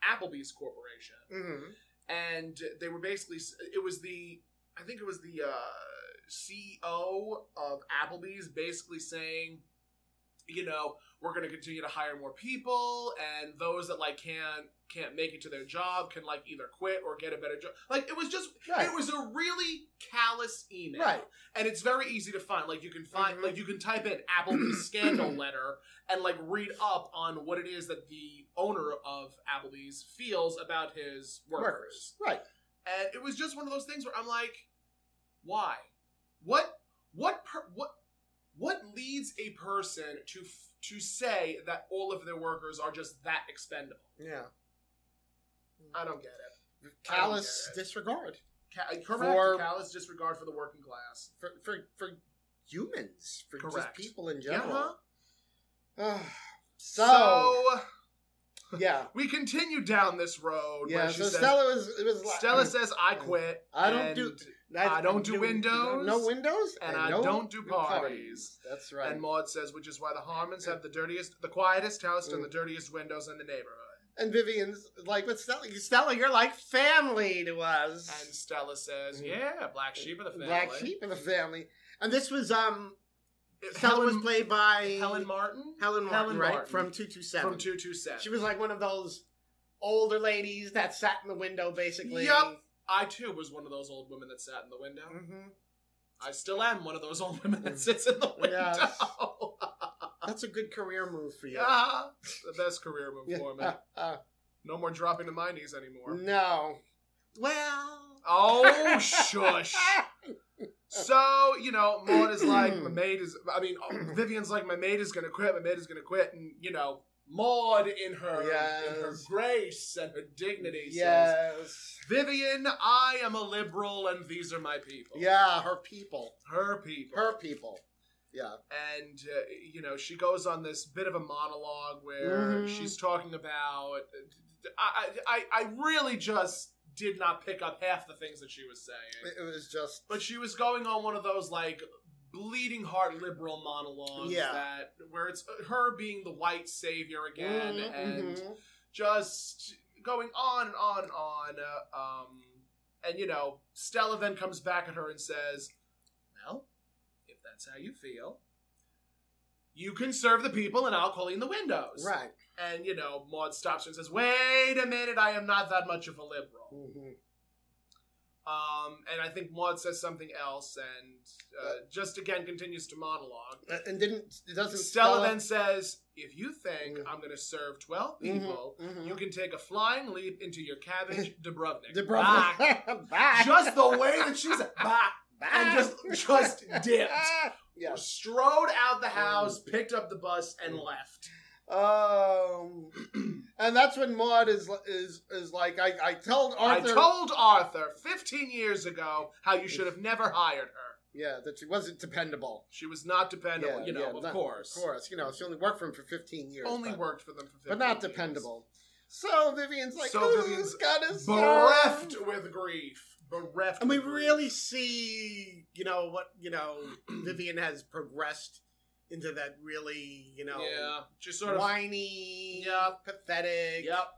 S2: Applebee's corporation,
S3: Mhm.
S2: and they were basically s- it was the I think it was the uh, CEO of Applebee's basically saying. You know, we're going to continue to hire more people, and those that like can't can't make it to their job can like either quit or get a better job. Like it was just
S3: Right.
S2: it was a really callous email.
S3: Right.
S2: And it's very easy to find. Like you can find
S3: Mhm.
S2: like you can type in Applebee's scandal letter and like read up on what it is that the owner of Applebee's feels about his workers.
S3: Right.
S2: And it was just one of those things where I'm like, why? What what per, what what leads a person to f- to say that all of their workers are just that expendable?
S3: Yeah.
S2: I don't get it.
S3: Callous
S2: I don't get it.
S3: disregard
S2: Ca- correct.
S3: For-
S2: callous disregard for the working class.
S3: for for for humans, for
S2: Correct.
S3: just people in
S2: Yeah.
S3: general.
S2: So,
S3: so, yeah,
S2: we continue down this road.
S3: yeah.
S2: where she
S3: So
S2: says, Stella,
S3: Stella was it was like-
S2: says, "I quit.
S3: I don't
S2: and-
S3: do-
S2: I don't do windows,
S3: No windows,
S2: and I
S3: no-
S2: don't do
S3: no
S2: parties.
S3: That's right.
S2: And Maud says, "Which is why the Harmons have the dirtiest, the quietest house and the
S3: Mm.
S2: dirtiest windows in the neighborhood."
S3: And Vivian's like, but Stella, Stella, you're like family to us.
S2: And Stella says,
S3: Mm.
S2: "Yeah, black sheep of the family.
S3: Black sheep of the family. And this was um
S2: It-
S3: Stella
S2: Helen,
S3: was played by
S2: Helen Martin
S3: Helen Martin,
S2: Helen
S3: right?
S2: Martin.
S3: From two two seven.
S2: from Two Two Seven.
S3: She was like one of those older ladies that sat in the window basically.
S2: Yup. I too was one of those old women that sat in the window.
S3: Mhm.
S2: I still am one of those old women that
S3: Mm.
S2: sits in the window.
S3: Yes. That's a good career move for you.
S2: yeah, the best career move
S3: Yeah,
S2: for me.
S3: uh, uh,
S2: No more dropping to my knees anymore.
S3: no. Well. ah.
S2: Oh, shush. So, you know, Maud is like, my maid is, I mean, oh, Vivian's like, my maid is going to quit, my maid is going to quit. And, you know, Maud in her, in her
S3: Yes.
S2: grace and her dignity says,
S3: yes.
S2: Vivian, I am a liberal and these are my people.
S3: Yeah, her people.
S2: Her people.
S3: Her people. Yeah.
S2: and uh, you know she goes on this bit of a monologue where
S3: Mhm.
S2: she's talking about I, I i really just did not pick up half the things that she was saying
S3: It, it was just
S2: but she was going on one of those like bleeding heart liberal monologues
S3: Yeah.
S2: that where it's her being the white savior again
S3: Mhm,
S2: and
S3: mhm.
S2: just going on and on and on uh, um and you know stella then comes back at her and says well if that's how you feel you can serve the people and i'll clean the windows
S3: right.
S2: and you know maud stops her and says wait a minute i am not that much of a liberal
S3: Mhm.
S2: um and i think maud says something else and uh, just again continues to monologue
S3: Uh, And didn't it doesn't
S2: stella, then says if you think
S3: Mhm.
S2: i'm going to serve 12
S3: Mhm,
S2: people
S3: mhm.
S2: you can take a flying leap into your cabbage, Dubrovnik.
S3: Dubrovnik.
S2: Bah.
S3: Bye.
S2: Just the way that she's bah,
S3: Bye.
S2: and just just dipped,
S3: Yeah. Mm-hmm.
S2: strode out the house, picked up the bus, and left.
S3: Um, and that's when Maud is is is like, I, I told Arthur,
S2: I told Arthur 15 years ago how you should have never hired her.
S3: yeah, that she wasn't dependable.
S2: She was not dependable,
S3: Yeah,
S2: you know,
S3: yeah,
S2: of,
S3: not-
S2: course.
S3: Of course, you know, she only worked for him for fifteen years.
S2: Only
S3: but,
S2: worked for them for 15
S3: but not
S2: years.
S3: dependable. So Vivian's like,
S2: So
S3: oh,
S2: Vivian's
S3: Vivian's got his
S2: Bereft with grief. Bereft.
S3: And we
S2: with grief.
S3: really see, you know, what you know, Vivian has progressed into that really, you know,
S2: Yeah. Just sort of.
S3: whiny,
S2: Yep.
S3: pathetic,
S2: Yep.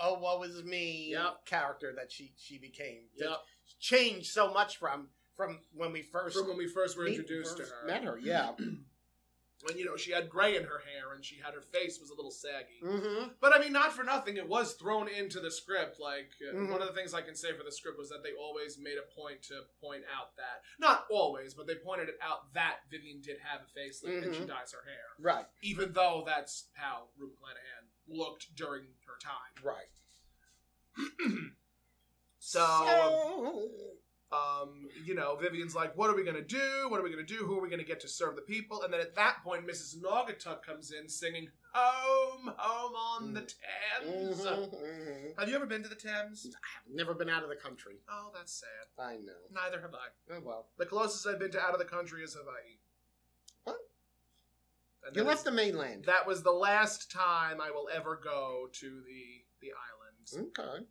S3: oh what was me
S2: Yep.
S3: character that she she became. That
S2: Yep.
S3: changed so much from from when we first
S2: From when we first were
S3: meet-
S2: introduced
S3: first
S2: to her.
S3: Met her, yeah.
S2: when you know she had gray in her hair and she had her face was a little saggy.
S3: mm-hmm.
S2: But I mean, not for nothing, it was thrown into the script. Like uh,
S3: Mhm.
S2: one of the things I can say for the script was that they always made a point to point out that not always, but they pointed it out that Vivian did have a facelift and she
S3: Mhm.
S2: dyes her hair,
S3: Right.
S2: even though that's how Ruben Clanahan looked during her time.
S3: Right.
S2: So, um, you know, Vivian's like, what are we going to do? What are we going to do? Who are we going to get to serve the people? And then at that point, Mrs. Naugatuck comes in singing, Home, Home on the Thames.
S3: Mhm, mhm.
S2: Have you ever been to the Thames?
S3: I've never been out of the country.
S2: Oh, that's sad.
S3: I know.
S2: Neither have I.
S3: Oh well.
S2: The closest I've been to out of the country is Hawaii.
S3: What?
S2: And
S3: You
S2: that
S3: left
S2: is-
S3: the mainland.
S2: That was the last time I will ever go to the the islands.
S3: Okay.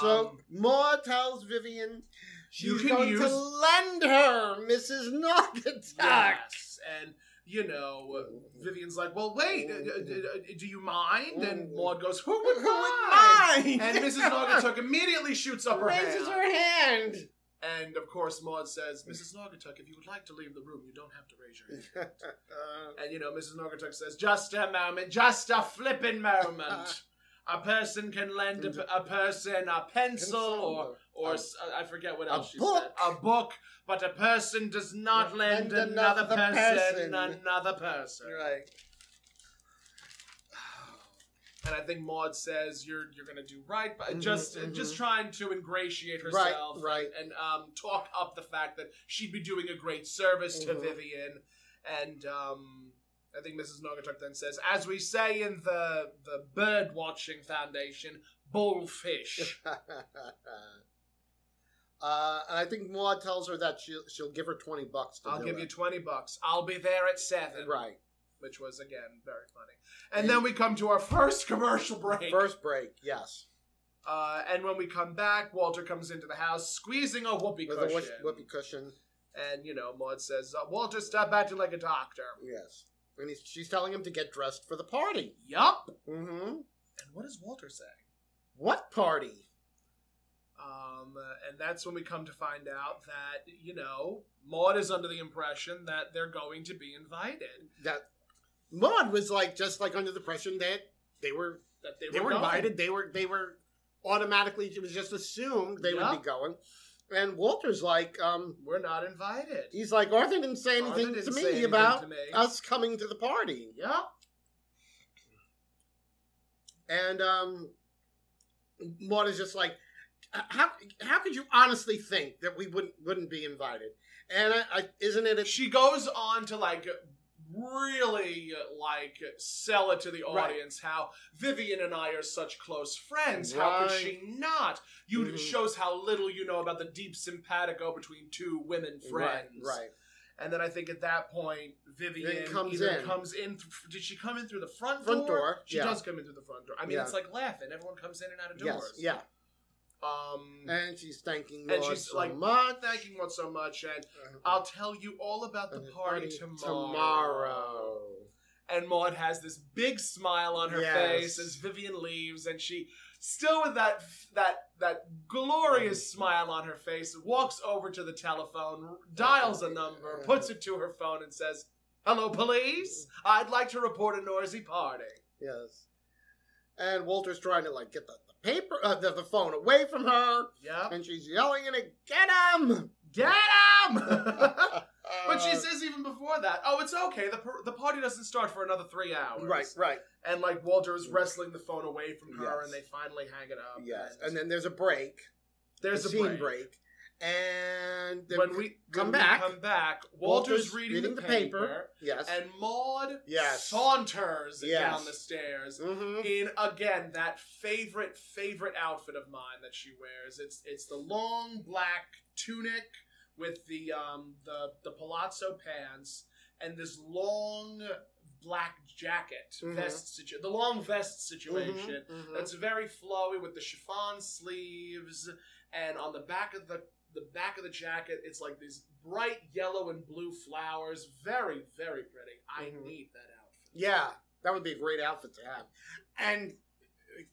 S3: So
S2: Um,
S3: Moore tells Vivian
S2: you
S3: she's
S2: can
S3: going
S2: use
S3: to lend her Mrs. Naugatuck.
S2: yes, and you know Vivian's like, well, wait, uh, uh, uh, do you mind? And Maud goes, who would
S3: Mm-hmm. Who would
S2: mind?
S3: mind?
S2: And Mrs. Naugatuck immediately shoots up her hand.
S3: raises her hand.
S2: And of course, Maud says, Mrs. Naugatuck, if you would like to leave the room, you don't have to raise your hand. And you know, Mrs. Naugatuck says, "Just a moment, just a flippin' moment. a person can lend a, a person a pencil or or
S3: A-
S2: s- I forget what
S3: a
S2: else she
S3: book.
S2: said, a book, but a person does not lend, another, person, another person."
S3: right.
S2: And I think Maud says, "You're you're gonna do right," but
S3: Mhm,
S2: just
S3: mhm.
S2: just trying to ingratiate herself
S3: Right, right.
S2: and um, talk up the fact that she'd be doing a great service to
S3: Mhm.
S2: Vivian. And um, I think Mrs. Naugatuck then says, as we say in the the Bird Watching Foundation, bullfish.
S3: uh, and I think Maud tells her that she'll she'll give her twenty bucks. To
S2: I'll
S3: do
S2: give you
S3: it.
S2: twenty bucks. I'll be there at seven.
S3: right
S2: Which was again very funny. And then we come to our first commercial break.
S3: first break. Yes,
S2: Uh, and when we come back, Walter comes into the house squeezing a whoopee
S3: with
S2: cushion.
S3: a whoopee cushion.
S2: And you know, Maud says, uh, "Walter, stop acting like a doctor."
S3: Yes, and he's, she's telling him to get dressed for the party.
S2: Yup.
S3: Mm-hmm.
S2: And what does Walter say?
S3: What party?
S2: Um, uh, and that's when we come to find out that, you know, Maud is under the impression that they're going to be invited.
S3: That Maud was like just like under the impression that they were
S2: That they,
S3: they were
S2: going.
S3: invited. They were they were automatically it was just assumed they would
S2: Yeah.
S3: be going. And Walter's like, um,
S2: We're not invited.
S3: he's like Arthur didn't say anything
S2: Arthur didn't
S3: to me
S2: say anything
S3: about
S2: to me.
S3: us coming to the party.
S2: Yep.
S3: And um, Maud is just like, how how could you honestly think that we wouldn't wouldn't be invited? And I, I isn't it? A,
S2: She goes on to like really like sell it to the
S3: Right.
S2: audience how Vivian and I are such close friends. How could
S3: Right.
S2: she not? You
S3: Mhm.
S2: shows how little you know about the deep simpatico between two women friends.
S3: Right. right.
S2: And then I think at that point, Vivian
S3: Then comes
S2: either
S3: in.
S2: comes in. Th- did she come in through the front
S3: Front door,
S2: She
S3: yeah.
S2: does come in through the front door. I mean,
S3: Yeah.
S2: it's like laughing. Everyone comes in and out of
S3: Yes.
S2: doors.
S3: Yeah.
S2: Um,
S3: And she's thanking Maud
S2: and she's
S3: so
S2: like,
S3: much. Uh-huh.
S2: "Mom, thanking you so much, and I'll tell you all about the
S3: Uh,
S2: party, tomorrow."
S3: tomorrow.
S2: And Maud has this big smile on her
S3: Yes.
S2: face as Vivian leaves, and she, still with that that that
S3: Mm.
S2: glorious smile on her face, walks over to the telephone, dials a
S3: Mm.
S2: number, puts it to her phone, and says, "Hello, police. I'd like to report a noisy party."
S3: Yes. And Walter's trying to like get the, the paper, uh, the, the phone away from her,
S2: Yep.
S3: and she's yelling at it, "Get him!"
S2: Get him! but
S3: Uh.
S2: she says even before that, "Oh, it's okay. The par- the party doesn't start for another three hours."
S3: Uh, right, right,
S2: And like Walter is wrestling the phone away from her,
S3: Yes.
S2: and they finally hang it up.
S3: yes. And then there's a break,
S2: there's
S3: a
S2: a
S3: scene
S2: break.
S3: and then
S2: when we
S3: come
S2: when
S3: back,
S2: we come back, Walter's,
S3: Walter's
S2: reading,
S3: reading
S2: the,
S3: the
S2: paper,
S3: paper, yes,
S2: and Maud
S3: Yes.
S2: saunters
S3: Yes.
S2: down the stairs
S3: Mhm.
S2: in again that favorite favorite outfit of mine that she wears. It's it's the long black tunic with the um the the palazzo pants and this long black jacket
S3: Mhm.
S2: vest situ- the long vest situation.
S3: Mhm,
S2: That's very flowy with the chiffon sleeves, and on the back of the the back of the jacket, it's like these bright yellow and blue flowers. Very, very pretty. I
S3: Mhm.
S2: need that outfit.
S3: yeah, that would be a great outfit to have, and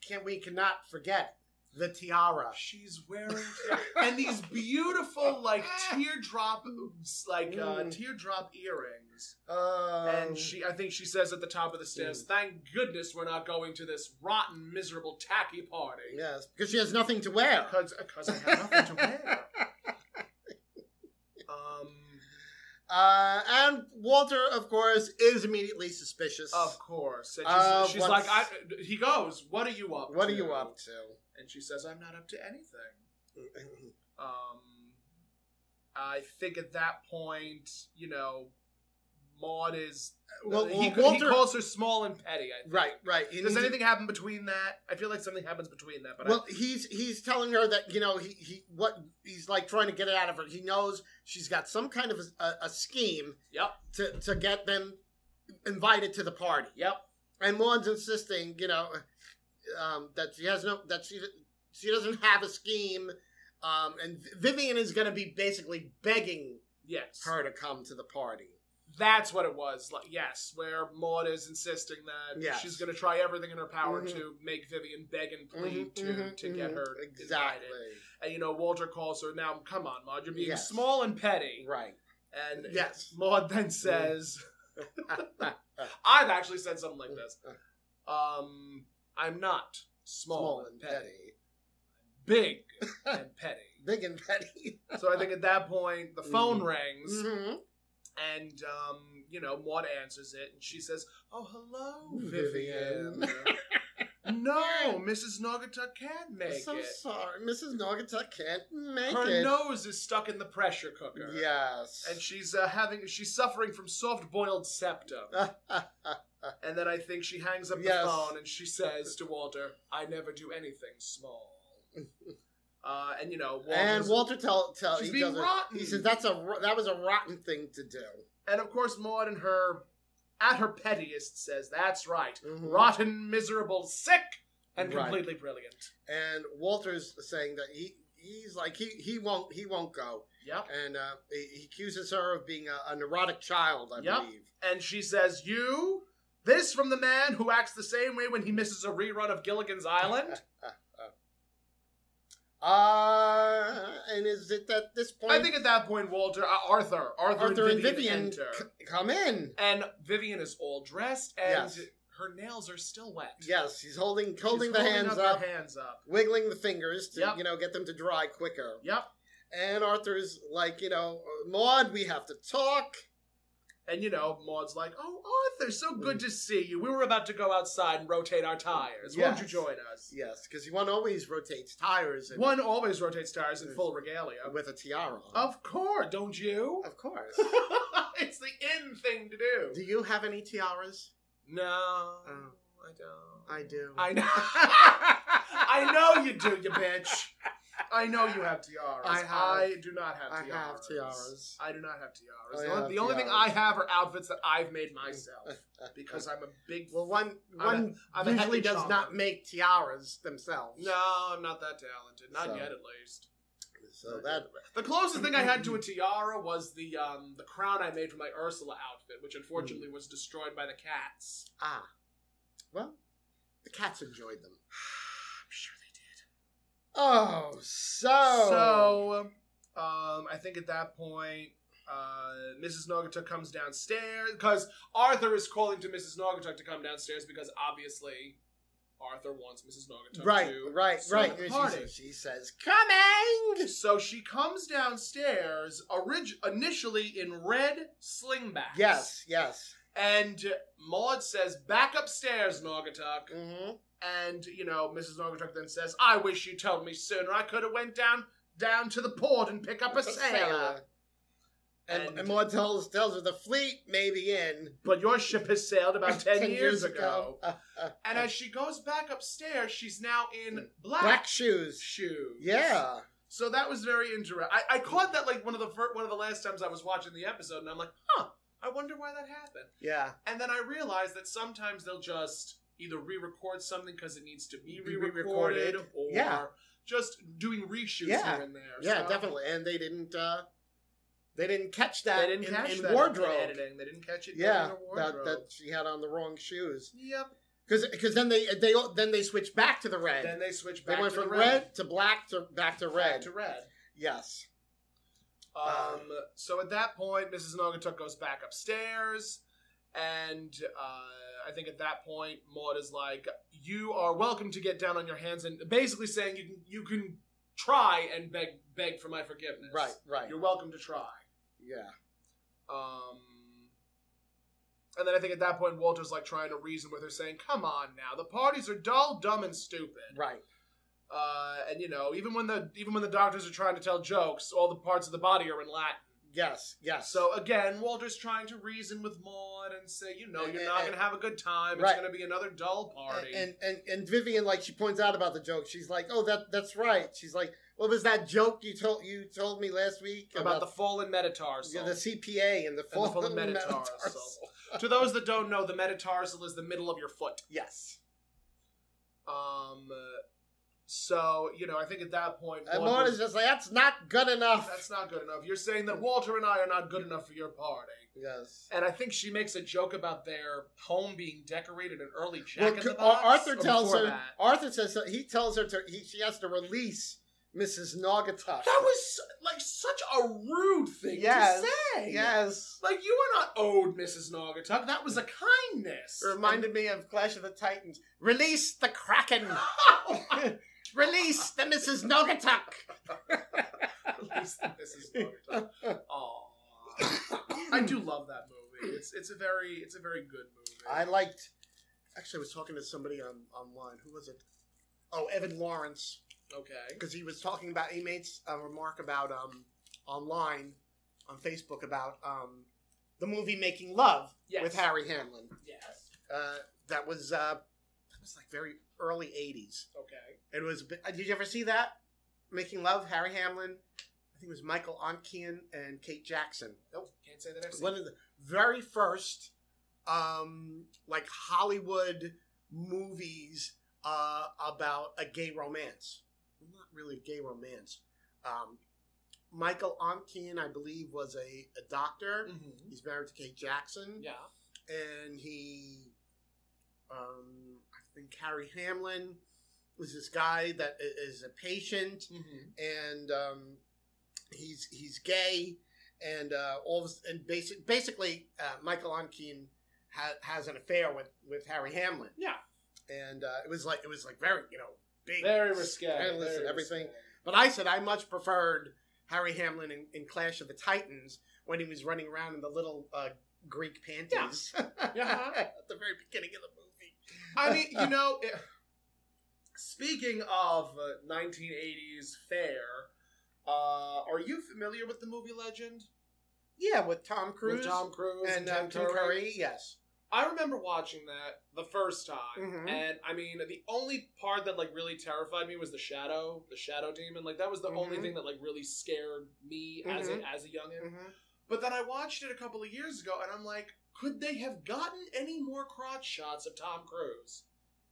S3: can we cannot forget the tiara?
S2: She's wearing and these beautiful like teardrop like uh,
S3: Mm.
S2: teardrop earrings.
S3: Um,
S2: and she, I think she says at the top of the stairs, "Thank goodness we're not going to this rotten, miserable, tacky party." uh,
S3: yes, because she has nothing to wear.
S2: Because I have nothing to wear. Um,
S3: Uh, and Walter, of course, is immediately suspicious.
S2: Of course. And she's,
S3: Uh,
S2: she's like,
S3: what's-
S2: I, he goes, What are you up
S3: what
S2: to?
S3: are you up to?
S2: And she says, I'm not up to anything. Um, I think at that point, you know, Maud is.
S3: Uh, well,
S2: he,
S3: well,
S2: he
S3: Walter.
S2: calls her small and petty. I think.
S3: right, right. He
S2: Does
S3: needs-
S2: anything happen between that? I feel like something happens between that, but
S3: well, he's he's telling her that you know he, he what he's like trying to get it out of her. He knows she's got some kind of a, a scheme.
S2: Yep.
S3: To to get them invited to the party.
S2: I, yep.
S3: and Maud's insisting, you know, um, that she has no that she she doesn't have a scheme, um, and Vivian is going to be basically begging
S2: Yes.
S3: her to come to the party.
S2: That's what it was. Like, yes, where Maud is insisting that
S3: Yes.
S2: she's going to try everything in her power
S3: Mhm.
S2: to make Vivian beg and plead
S3: Mhm,
S2: to,
S3: mhm,
S2: to get
S3: mhm.
S2: her
S3: exactly
S2: invited. And uh, you know, Walter calls her, now come on, Maud, you're being
S3: Yes.
S2: small and petty.
S3: right.
S2: And
S3: Yes.
S2: Maud then says, I've actually said something like this. Um, I'm not small,
S3: Small
S2: and petty. Big and petty.
S3: big and petty.
S2: So I think at that point, the phone
S3: Mhm.
S2: rings.
S3: Mhm.
S2: And um, you know, Maud answers it, and she says, "Oh, hello,
S3: Vivian."
S2: Vivian. no, Mrs. Nagata can't make
S3: so
S2: it.
S3: sorry, Mrs. Nogata can't make
S2: Her
S3: it.
S2: nose is stuck in the pressure cooker.
S3: yes,
S2: And she's uh, having she's suffering from soft boiled septum. And then I think she hangs up
S3: Ah. Yes.
S2: the phone and she says to Walter, "I never do anything small." uh, and you know,
S3: and
S2: Walter's-
S3: Walter tell tell
S2: She's
S3: he,
S2: being
S3: does it-
S2: rotten.
S3: he says that's a ro- that was a rotten thing to do.
S2: and of course Maud and her at her pettiest says, "That's right."
S3: Mhm.
S2: rotten, miserable, sick, and
S3: Right.
S2: completely brilliant.
S3: and Walter's saying that he he's like he he won't he won't go,
S2: Yep.
S3: and uh, he he accuses her of being a, a neurotic child, I
S2: Yep.
S3: believe.
S2: And she says, You? This from the man who acts the same way when he misses a rerun of Gilligan's Island?
S3: Uh, and is it at this point
S2: I think at that point, Walter, uh, Arthur, Arthur,
S3: Arthur
S2: and
S3: and
S2: Vivian,
S3: Vivian
S2: enter.
S3: c- come in?
S2: And Vivian is all dressed, and
S3: Yes.
S2: her nails are still wet.
S3: Yes, he's holding
S2: She's
S3: holding the hands
S2: up,
S3: up,
S2: her hands up.
S3: wiggling the fingers to
S2: Yep.
S3: you know get them to dry quicker.
S2: Yep.
S3: And Arthur's like, you know, Maud, we have to talk.
S2: And you know, Maud's like, "Oh, Arthur, so good to see you. We were about to go outside and rotate our tires. Won't you
S3: Yes.
S2: join us?"
S3: Yes, because one always rotates tires and
S2: One Oh. always rotates tires in full regalia.
S3: with a tiara.
S2: Of course, don't you?
S3: of course.
S2: it's the in thing to do.
S3: Do you have any tiaras?
S2: No,
S3: Oh.
S2: I don't.
S3: I do.
S2: I know. I know you do, you bitch. I know you have tiaras.
S3: I have-
S2: I do not have
S3: I
S2: tiaras.
S3: have tiaras.
S2: I do not have tiaras. the
S3: I
S2: only,
S3: have
S2: the only thing I
S3: tiaras.
S2: have are outfits that I've made myself because I'm a big.
S3: Well, one
S2: I'm
S3: one
S2: a- I'm a
S3: usually
S2: heavy
S3: does
S2: charmer.
S3: not make tiaras themselves.
S2: no, I'm not that talented. Not
S3: So.
S2: yet, at least.
S3: So that
S2: The closest thing I had to a tiara was the um the crown I made for my Ursula outfit, which
S3: Mm.
S2: unfortunately was destroyed by the cats.
S3: ah, well, the cats enjoyed them.
S2: I'm sure they did.
S3: Oh, so
S2: So, um, I think at that point, uh, Mrs. Nogatuck comes downstairs because Arthur is calling to Mrs. Nogatuck to come downstairs because obviously Arthur wants Mrs. Nogatuck
S3: right,
S2: to.
S3: right,
S2: so
S3: right.
S2: the
S3: She
S2: party.
S3: says, she says, coming.
S2: So she comes downstairs orig- initially in red slingbacks.
S3: Yes, yes.
S2: And Maud says, back upstairs, Nogatuck.
S3: hmm
S2: And, you know, Mrs. Nogatuck then says, I wish you told me sooner. I could have went down down to the port and pick up a sailor.
S3: And,
S2: uh, And-
S3: and, Maud tells tells her the fleet may be in
S2: but your ship has sailed about 10, years, ago.
S3: Uh, uh,
S2: And as she goes back upstairs, she's now in black,
S3: Mm. black shoes.
S2: shoes.
S3: Yeah.
S2: So that was very interesting. I, I caught that like one of the fir- one of the last times I was watching the episode, and I'm like, huh, I wonder why that happened.
S3: Yeah.
S2: And then I realized that sometimes they'll just either re-record something because it needs to be
S3: Be
S2: re-recorded,
S3: re-recorded.
S2: or
S3: Yeah.
S2: just doing reshoots
S3: Yeah.
S2: here and there.
S3: Yeah,
S2: So
S3: definitely. And they didn't uh they didn't catch that
S2: They didn't
S3: in,
S2: catch
S3: in
S2: that in
S3: wardrobe.
S2: editing. They didn't catch it.
S3: yeah,
S2: in the
S3: that,
S2: wardrobe.
S3: that she had on the wrong shoes.
S2: Yep.
S3: Because then they they then they switched back to the red.
S2: Then they switched
S3: they
S2: back
S3: went
S2: to
S3: from
S2: the
S3: red. to black to back to red.
S2: to red.
S3: Yes.
S2: Um, so at that point, Mrs. Nogatuck goes back upstairs, and uh, I think at that point, Maud is like, "You are welcome to get down on your hands," and basically saying you can you can try and beg beg for my forgiveness.
S3: Right. Right.
S2: You're welcome to try.
S3: Yeah.
S2: Um, and then I think at that point Walter's like trying to reason with her, saying, "Come on now, the parties are dull, dumb, and stupid."
S3: Right.
S2: Uh, and you know, even when the even when the doctors are trying to tell jokes, all the parts of the body are in Latin.
S3: Yes. Yes.
S2: So again, Walter's trying to reason with Maud and say, you know, you're
S3: And-
S2: not
S3: and-
S2: going to have a good time.
S3: Right.
S2: It's going to be another dull party.
S3: and, and and Vivian like she points out about the joke. She's like, "Oh, that that's right." She's like, "What was that joke you told you told me last week
S2: about the fallen metatarsal.
S3: yeah, the CPA and the full,
S2: the full metatarsal. to those that don't know, the metatarsal is the middle of your foot.
S3: Yes,
S2: Um, so you know, I think at that point,
S3: and
S2: Walter-
S3: Maud is just like, "That's not good enough."
S2: that's not good enough. You're saying that Walter and I are not good enough for your party.
S3: yes.
S2: And I think she makes a joke about their home being decorated in early Jack
S3: Well,
S2: in
S3: c- uh,
S2: the Box.
S3: Arthur
S2: or
S3: tells
S2: before
S3: her.
S2: that.
S3: Arthur says so he tells her to. He, she has to release Mrs. Naugatuck.
S2: That was like such a rude thing
S3: Yes,
S2: to say.
S3: yes.
S2: Like you are not owed Mrs. Naugatuck. That was a kindness.
S3: Reminded me of Clash of the Titans. Release the Kraken. Release the Mrs. Naugatuck.
S2: Release the Mrs. Naugatuck. Aw. I do love that movie. It's it's a very it's a very good movie.
S3: I liked. Actually, I was talking to somebody on online. Who was it? Oh, Evan Lawrence,
S2: okay.
S3: because he was talking about he made s- a remark about um online on Facebook about um the movie Making Love
S2: Yes.
S3: with Harry Hamlin.
S2: Yes.
S3: Uh, that was uh, that was like very early '80s.
S2: Okay.
S3: It was. uh, Did you ever see that Making Love? Harry Hamlin. I think it was Michael Onkian and Kate Jackson.
S2: Nope. Can't say that I've seen.
S3: one
S2: it.
S3: of the very first um like hollywood movies uh about a gay romance Well, not really a gay romance um michael onkin i believe was a, a doctor
S2: Mhm.
S3: he's married to kate jackson
S2: Yeah.
S3: and he um i think harry hamlin was this guy that i- is a patient
S2: Mm-hmm.
S3: and um, he's he's gay, and uh, all this, and basic, basically uh, Michael Onkin ha- has an affair with with Harry Hamlin,
S2: Yeah.
S3: and uh, it was like it was like very you know big
S2: Very risque.
S3: scandalous
S2: very
S3: and everything.
S2: risque.
S3: But I said I much preferred Harry Hamlin in, in Clash of the Titans when he was running around in the little uh, Greek panties
S2: Yeah. Uh-huh.
S3: at the very beginning of the movie.
S2: I mean, you know, it- speaking of uh, 1980s fair, uh, are you familiar with the movie Legend?
S3: Yeah, with Tom Cruise,
S2: With Tom Cruise
S3: and, um, Tim Curry.
S2: uh,
S3: Yes.
S2: I remember watching that the first time,
S3: Mhm.
S2: and I mean, the only part that like really terrified me was the shadow, the shadow demon. Like that was the only
S3: Mhm.
S2: thing that like really scared me as a, as a youngin.
S3: Mhm.
S2: But then I watched it a couple of years ago, and I'm like, could they have gotten any more crotch shots of Tom Cruise?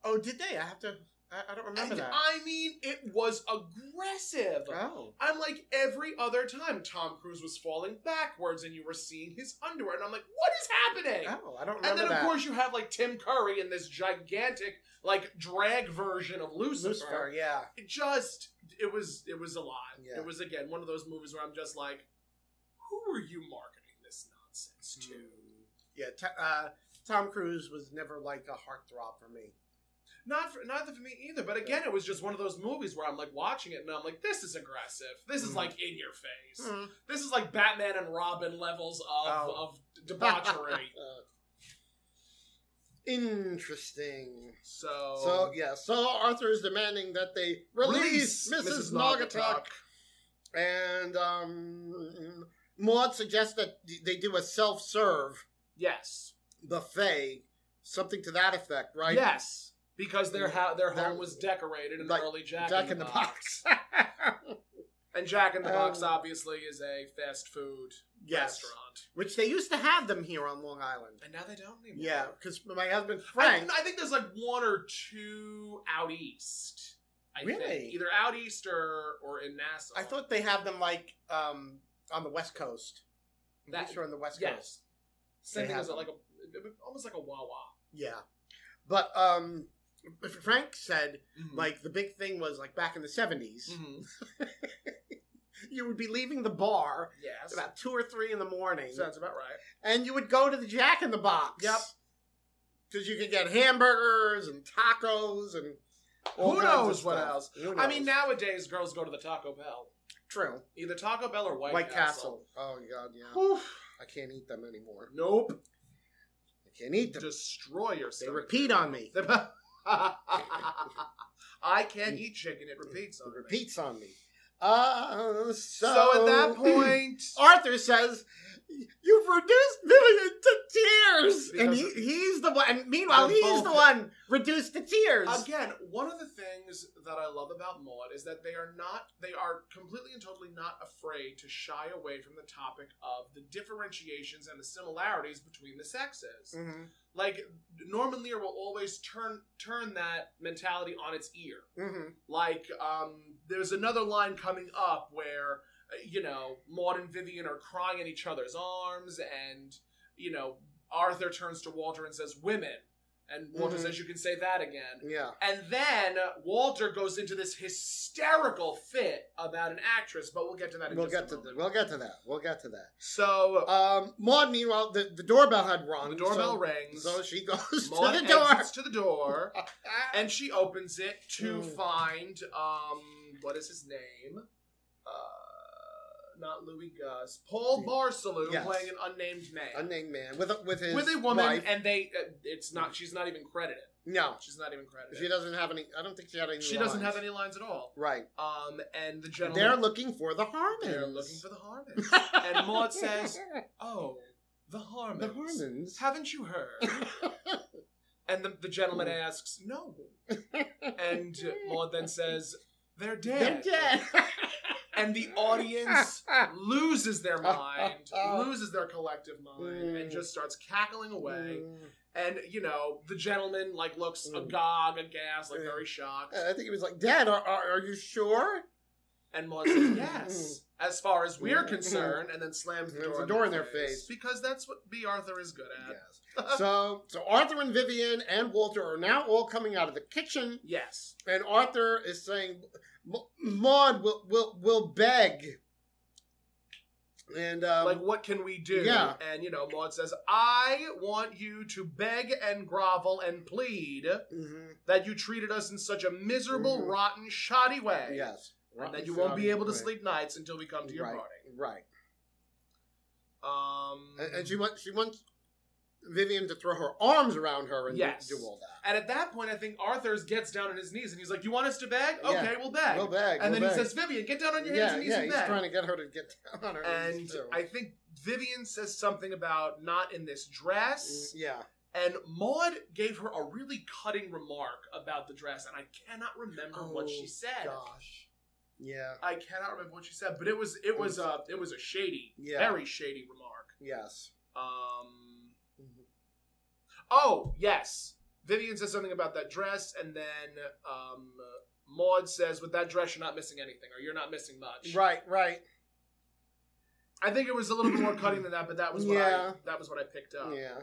S3: Oh, did they? I have to. I, I don't remember
S2: And
S3: that.
S2: I mean, it was aggressive.
S3: Oh.
S2: I'm like every other time Tom Cruise was falling backwards and you were seeing his underwear, and I'm like, what is happening?
S3: Oh, I don't remember
S2: and then of
S3: that.
S2: course you have like Tim Curry in this gigantic like drag version of Lucifer.
S3: Lucifer, yeah.
S2: It just it was it was a lot.
S3: Yeah.
S2: It was again one of those movies where I'm just like, who are you marketing this nonsense to?
S3: Mm. Yeah, t- uh, Tom Cruise was never like a heartthrob for me.
S2: Not for, neither for me either. But again, it was just one of those movies where I'm like watching it and I'm like, this is aggressive. This is
S3: Mm.
S2: like in your face. This is like Batman and Robin levels of
S3: Oh.
S2: of debauchery.
S3: Uh, interesting.
S2: so
S3: So, yeah, so Arthur is demanding that they release, Mrs. Naugatuck. And um, Maud suggests that they do a self serve
S2: Yes.
S3: buffet, something to that effect, right?
S2: Yes. Because their ha- their
S3: That-
S2: home was decorated in
S3: like,
S2: early Jack,
S3: Jack in the box. yes.
S2: And Jack in the Box
S3: Um,
S2: obviously is a fast food restaurant.
S3: Which they used to have them here on Long Island.
S2: And now they don't anymore.
S3: Yeah, because my husband
S2: I,
S3: Frank.
S2: I think there's like one or two out east. I
S3: Really?
S2: Think. Either out east or, or in Nassau.
S3: I, thought they have them like um, on the West Coast.
S2: That-
S3: That, sure on the West Coast.
S2: yes. Same
S3: They
S2: thing
S3: have
S2: as a-
S3: them.
S2: like a almost like a Wawa.
S3: Yeah, but um, Frank said
S2: Like
S3: like the big thing was Mm-hmm. like back in the 70s
S2: Mhm.
S3: you would be leaving the bar
S2: Mm-hmm. yes,
S3: at about two or three in the morning,
S2: sounds about right.
S3: and you would go to the Jack in the Box.
S2: Yep.
S3: Because you could get hamburgers and tacos and all
S2: Who
S3: kinds of
S2: knows what
S3: stuff.
S2: else?
S3: Who
S2: I mean,
S3: knows?
S2: nowadays girls go to the Taco Bell,
S3: true.
S2: either Taco Bell or White,
S3: White, Castle. Oh God, yeah.
S2: Oof.
S3: I can't eat them anymore.
S2: Nope.
S3: I can't eat them.
S2: Destroy
S3: they
S2: yourself.
S3: repeat on me.
S2: I can't eat chicken. It repeats on
S3: It
S2: me.
S3: repeats on me. Uh, so,
S2: So, at that point,
S3: Arthur says, "You've reduced Billy to tears," and he,
S2: Because-
S3: he's the one. And meanwhile,
S2: I'm
S3: he's
S2: both-
S3: the one reduced to tears.
S2: again, one of the things that I love about Maud is that they are not, they are completely and totally not afraid to shy away from the topic of the differentiations and the similarities between the sexes.
S3: Mhm,
S2: Like, Norman Lear will always turn turn that mentality on its ear.
S3: mhm.
S2: Like, um, there's another line coming up where, uh, you know, Maud and Vivian are crying in each other's arms, and, you know, Arthur turns to Walter and says, Women. And Walter
S3: Mhm.
S2: says, You can say that again.
S3: Yeah,
S2: And then Walter goes into this hysterical fit about an actress, but we'll get to that in
S3: we'll
S2: just
S3: get
S2: a
S3: to
S2: moment.
S3: th- we'll get to that. We'll get to that.
S2: So
S3: Um, Maud, meanwhile, the, the doorbell had rung.
S2: the doorbell
S3: Um, so,
S2: rings.
S3: So she goes
S2: Maud
S3: to the door.
S2: exits to the door, and she opens it to
S3: Mm.
S2: find um, what is his name? Uh, not Louis Gus. Paul Barcelou
S3: Yes.
S2: playing an unnamed man
S3: unnamed man with a, with his
S2: with a woman,
S3: wife.
S2: and they. Uh, it's not. She's not even credited.
S3: No,
S2: She's not even credited.
S3: she doesn't have any. I don't think she had any.
S2: She doesn't
S3: lines.
S2: have any lines at all.
S3: Right.
S2: Um, and the
S3: They're
S2: gentleman.
S3: looking for the Harmons.
S2: They're looking for the Harmons. and Maud says, Oh, the Harmons.
S3: the Harmons.
S2: Haven't you heard? and the, the gentleman asks, No. And Maud then says, They're
S3: They're
S2: dead.
S3: dead.
S2: And the audience loses their mind, loses their collective mind,
S3: Mm.
S2: and just starts cackling away.
S3: Mm.
S2: And, you know, the gentleman, like, looks
S3: Mm.
S2: agog, aghast, like,
S3: Yeah.
S2: very shocked.
S3: Uh, I think he was like, Dad, are, are, are you sure?
S2: And Maud says, Yes, as far as we're
S3: Mm.
S2: concerned, and then slams the door,
S3: Slams the
S2: in,
S3: door
S2: their
S3: in their face.
S2: Because that's what B. Arthur is good at.
S3: Yes. so, so Arthur and Vivian and Walter are now all coming out of the kitchen,
S2: Yes.
S3: and Arthur is saying, "Ma- Maud will will will beg. And um,
S2: like what can we do
S3: yeah.
S2: and you know maud says i want you to beg and grovel and plead
S3: mhm,
S2: that you treated us in such a miserable
S3: Mhm.
S2: rotten shoddy way
S3: yes,
S2: and that you won't be able to sleep nights until we come to your
S3: Right.
S2: party
S3: Right,
S2: um
S3: and, and she wants she wants Vivian to throw her arms around her and do-
S2: Yes.
S3: do all that.
S2: and at that point i think arthur's gets down on his knees and he's like you want us to beg
S3: Yeah.
S2: okay we'll beg
S3: We'll beg.
S2: and
S3: we'll
S2: then he
S3: beg.
S2: says vivian get down on your hands
S3: yeah,
S2: and knees
S3: yeah,
S2: and
S3: he's
S2: beg
S3: trying to get her to get down on her
S2: and
S3: knees too.
S2: i think vivian says something about not in this dress
S3: Mm, yeah,
S2: And Maud gave her a really cutting remark about the dress, and I cannot remember what
S3: Oh,
S2: she said.
S3: gosh, yeah,
S2: I cannot remember what she said, but it was it was a it was a shady,
S3: Yeah.
S2: very shady remark.
S3: yes.
S2: Um,
S3: Mm-hmm.
S2: oh yes, Vivian says something about that dress, and then um, Maud says, "With that dress, you're not missing anything, or you're not missing much."
S3: Right, right.
S2: I think it was a little bit more cutting than that, but that was what I,
S3: Yeah.
S2: that was what I picked up.
S3: Yeah.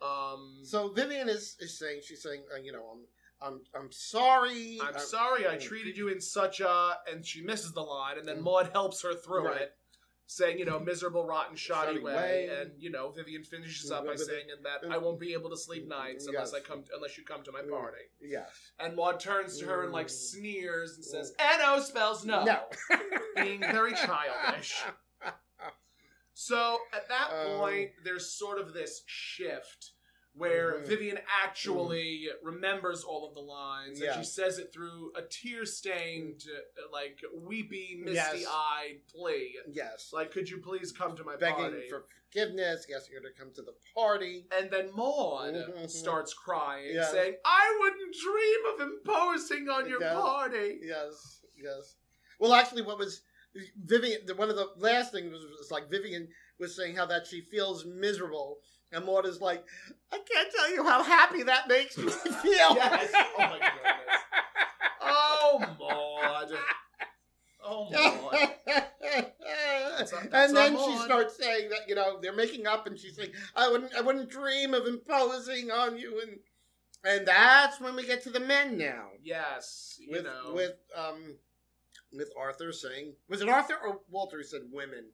S2: Um,
S3: So Vivian is, is saying she's saying uh, you know I'm I'm I'm sorry.
S2: I'm
S3: uh,
S2: sorry I treated you in such a. And she misses the line, and then
S3: Mm.
S2: Maud helps her through
S3: Right.
S2: it, saying, you know, miserable, rotten, shoddy,
S3: Shoddy
S2: way.
S3: way.
S2: And, you know, Vivian finishes up by
S3: Remember the-
S2: saying that
S3: Mm.
S2: I won't be able to sleep nights unless I
S3: Yes.
S2: come unless you come to my
S3: Mm.
S2: party.
S3: Yes.
S2: And Maud turns to her and, like,
S3: Mm.
S2: sneers and says, N-O spells no. Being very childish. So at that
S3: Um.
S2: point, there's sort of this shift where
S3: Mhm.
S2: Vivian actually remembers all of the lines and
S3: Mm-hmm. Yeah.
S2: she says it through a tear stained, uh, like weepy,
S3: Yes.
S2: misty eyed plea.
S3: Yes.
S2: Like, could you please come to my
S3: Begging
S2: party?
S3: for forgiveness, asking her to come to the party.
S2: and then Maud
S3: Mhm.
S2: starts crying,
S3: Yeah.
S2: saying, I wouldn't dream of imposing on your
S3: Yeah.
S2: party.
S3: Yes, yes. Well, actually, what was Vivian? the- One of the last things was, was like Vivian was saying how that she feels miserable, and Maud is like, "I can't tell you how happy that makes me feel."
S2: Yes. Oh my goodness. Oh, Maud. Oh, Maud. That's not- that's
S3: and then
S2: not
S3: she
S2: Maud.
S3: starts saying that you know they're making up, and she's like, "I wouldn't, I wouldn't dream of imposing on you," and and that's when we get to the men now
S2: Yes, you
S3: with
S2: know.
S3: with um with Arthur saying, "Was it Arthur or Walter who said women?"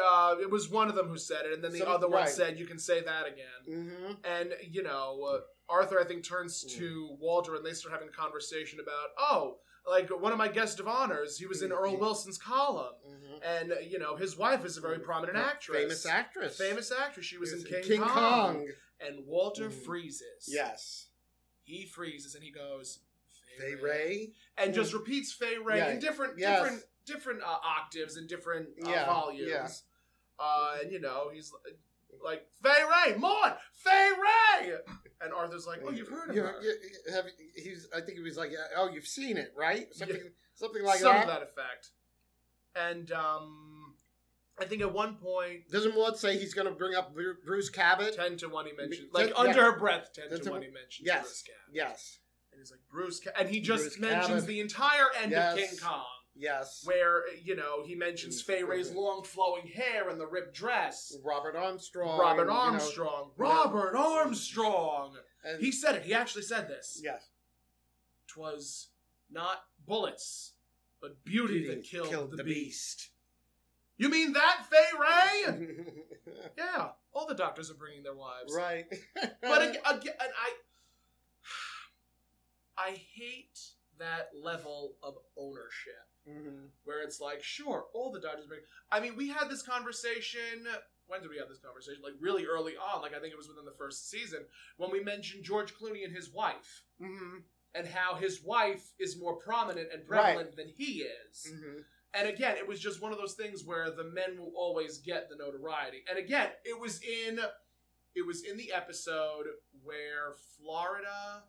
S2: Uh, it was one of them who said it, and then the
S3: Some-
S2: other one
S3: right.
S2: said, "You can say that again."
S3: Mm-hmm.
S2: And
S3: Mm.
S2: you know, uh, Arthur, I think, turns to Walter, and they start having a conversation about, "Oh, like one of my guest of honors. He was in
S3: Mm-hmm.
S2: Earl Wilson's column,
S3: Mhm.
S2: and uh, you know his wife is a very prominent actress,
S3: Mm-hmm. Famous actress.
S2: famous actress. She was in King,
S3: King
S2: Kong.
S3: Kong.
S2: and Walter
S3: Mhm.
S2: freezes.
S3: Yes.
S2: he freezes and he goes,
S3: Fay Ray.
S2: and just repeats Fay Ray
S3: Yeah.
S2: in different,
S3: Yes.
S2: different, different uh, octaves and different uh,
S3: Yeah.
S2: volumes.
S3: Yeah.
S2: Uh, and you know he's uh, like Fay Ray, Maud, Fay Ray, and Arthur's like, oh, you've heard of
S3: You-
S2: her,
S3: you- you- have- he's, I think he was like, oh, you've seen it, right? Something, something like
S2: something to
S3: that.
S2: that effect. And um, I think at one point,
S3: Doesn't Ward say he's going to bring up Bru- Bruce Cabot?
S2: ten to one, he mentioned
S3: Ten-
S2: like
S3: yeah.
S2: under her breath, ten,
S3: Ten
S2: to
S3: to
S2: one,
S3: one-
S2: he mentions
S3: Yes.
S2: Bruce Cabot.
S3: Yes.
S2: and he's like Bruce, Ca-, and he just
S3: Bruce
S2: mentions
S3: Cabot.
S2: the entire end of
S3: Yes.
S2: King Kong.
S3: Yes.
S2: where you know he mentions Fay Ray's long flowing hair and the ripped dress.
S3: Robert Armstrong. you
S2: Robert
S3: know,
S2: Armstrong. Robert Armstrong.
S3: and-
S2: He said it. He actually said this.
S3: yes.
S2: Twas not bullets, but beauty,
S3: Beauty
S2: that killed, the, beast.
S3: beast.
S2: You mean that, Fay Ray? yeah. All the doctors are bringing their wives.
S3: right.
S2: But again, again and I, I hate that level of ownership.
S3: Mhm.
S2: where it's like, sure, all the Dodgers bring. I mean, we had this conversation. When did we have this conversation? Like really early on. Like I think it was within the first season when we mentioned George Clooney and his wife,
S3: Mhm.
S2: and how his wife is more prominent and prevalent than he is.
S3: Mhm.
S2: And again, it was just one of those things where the men will always get the notoriety. And again, it was in it was in the episode where Florida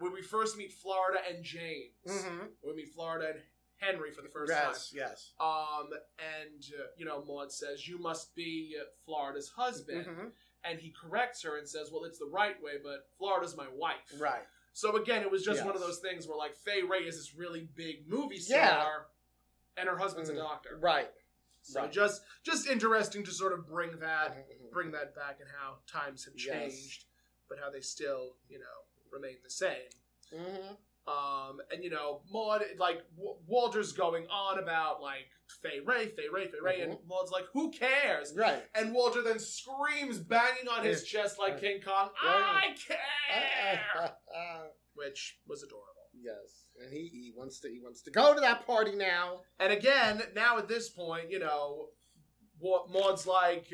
S2: when we first meet Florida and James.
S3: Mhm.
S2: When we meet Florida and Henry for the first time.
S3: Yes. Yes.
S2: Um, and uh, you know, Maud says you must be Florida's husband,
S3: Mhm.
S2: and he corrects her and says, "Well, it's the right way, but Florida's my wife."
S3: Right.
S2: So again, it was just one of
S3: Yes.
S2: those things where like Faye Ray is this really big movie star,
S3: Yeah.
S2: and her husband's
S3: Mhm.
S2: a doctor.
S3: Right.
S2: So
S3: right.
S2: just just interesting to sort of bring that
S3: Mhm.
S2: bring that back and how times have
S3: Yes.
S2: changed, but how they still you know remain the same.
S3: Mhm.
S2: Um, and you know, Maud, like w- Walter's going on about like Fay Ray, Fay Ray, Fay Ray,
S3: Mm-hmm.
S2: and Maud's like, "Who cares?"
S3: Right.
S2: And Walter then screams, banging on his chest like
S3: Right.
S2: King Kong, "I
S3: Right. Ah.
S2: care," which was adorable.
S3: yes. And he, he wants to he wants to go to that party now.
S2: And again, now at this point, you know, Wa- Maud's like,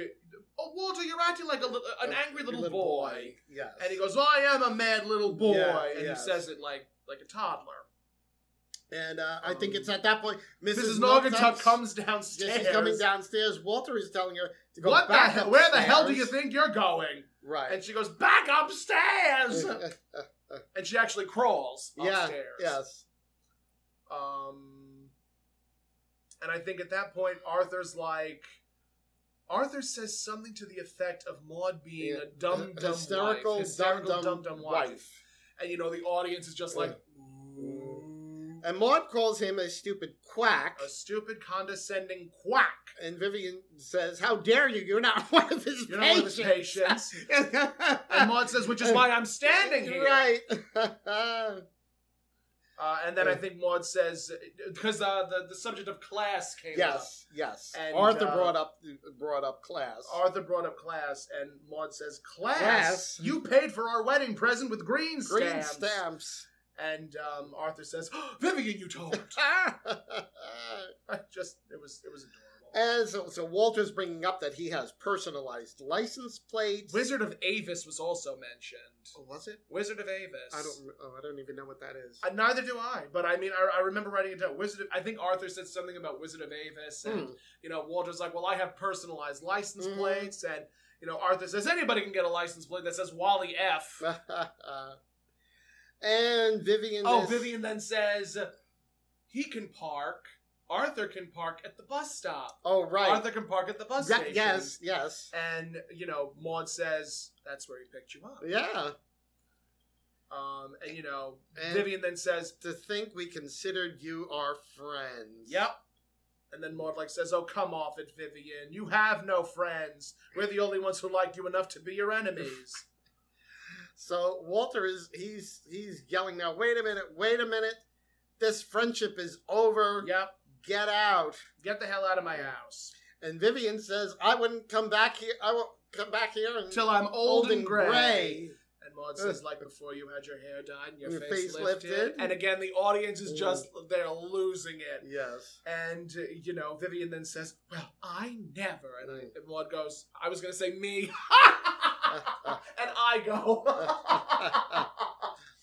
S2: "Oh, Walter, you're acting like a li- an angry little, boy.
S3: Yes.
S2: and he goes, well, "I am a mad little boy,"
S3: Yeah,
S2: and
S3: yes.
S2: he says it like like a toddler.
S3: And uh, I think
S2: Um,
S3: it's at that point
S2: Mrs.
S3: Mrs.
S2: Norgatuck
S3: Norgatuck
S2: comes
S3: Yes,
S2: downstairs.
S3: she's coming downstairs. Walter is telling her to go
S2: what the
S3: back
S2: hell? Where the hell do you
S3: upstairs.
S2: think you're going? And
S3: Right.
S2: she goes back upstairs, and she actually crawls
S3: yeah.
S2: upstairs.
S3: Yes.
S2: Um, and I think at that point, Arthur's like, Arthur says something to the effect of Maud being
S3: Yeah.
S2: a dumb, dumb
S3: hysterical,
S2: wife, hysterical,
S3: dumb, dumb, wife.
S2: And you know, the audience is just like, "Ooh."
S3: And Maud calls him a stupid quack,
S2: a stupid, condescending quack.
S3: and Vivian says, "How dare you? You're not one of his
S2: You're not one of
S3: patients."
S2: his patients. And Maud says, which is why I'm standing here.
S3: Right.
S2: Uh, and then I
S3: Yeah.
S2: think Maud says because uh, the the subject of class came up.
S3: yes. Yes.
S2: And,
S3: Arthur
S2: uh,
S3: brought up brought up class.
S2: Arthur brought up class, and Maud says, "Class,
S3: Class?
S2: you paid for our wedding present with green stamps."
S3: Green stamps.
S2: And um, Arthur says, oh, "Vivian, you told."
S3: Ah.
S2: I Just it was it was adorable.
S3: and so, so Walter's bringing up that he has personalized license plates.
S2: Wizard of Avis was also mentioned.
S3: Oh, was it?
S2: Wizard of Avis.
S3: I don't. Oh, I don't even know what that is.
S2: Uh, neither do I, but I mean, I, I remember writing it down. Wizard. Of, I think Arthur said something about Wizard of Avis, and
S3: Hmm.
S2: you know, Walter's like, well, I have personalized license
S3: Mhm.
S2: plates, and you know, Arthur says anybody can get a license plate that says Wally F.
S3: Hmm. and Vivian.
S2: oh,
S3: is-
S2: Vivian then says he can park. Arthur can park at the bus stop.
S3: Oh, right.
S2: Arthur can park at the bus
S3: Ye-
S2: station.
S3: yes, yes.
S2: And you know, Maud says that's where he picked you up.
S3: Yeah.
S2: Um, and you know,
S3: And-
S2: Vivian then says,
S3: To think we considered you our friends.
S2: "Yep." And then Maud like says, "Oh, come off it, Vivian. You have no friends. We're the only ones who like you enough to be your enemies."
S3: So Walter is he's he's yelling now. Wait a minute! Wait a minute! This friendship is over.
S2: yep.
S3: Get out!
S2: Get the hell out of my house.
S3: And Vivian says, "I wouldn't come back here. I won't come back here
S2: Till I'm old, and gray.
S3: gray."
S2: And Maud says, like before, you had your hair dyed and your,
S3: Your
S2: face,
S3: face
S2: lifted.
S3: lifted.
S2: And again, the audience is just, they're losing it.
S3: Yes.
S2: And, uh, you know, Vivian then says, well, I never. And, I, and Maud goes, I was going to say me. and I go.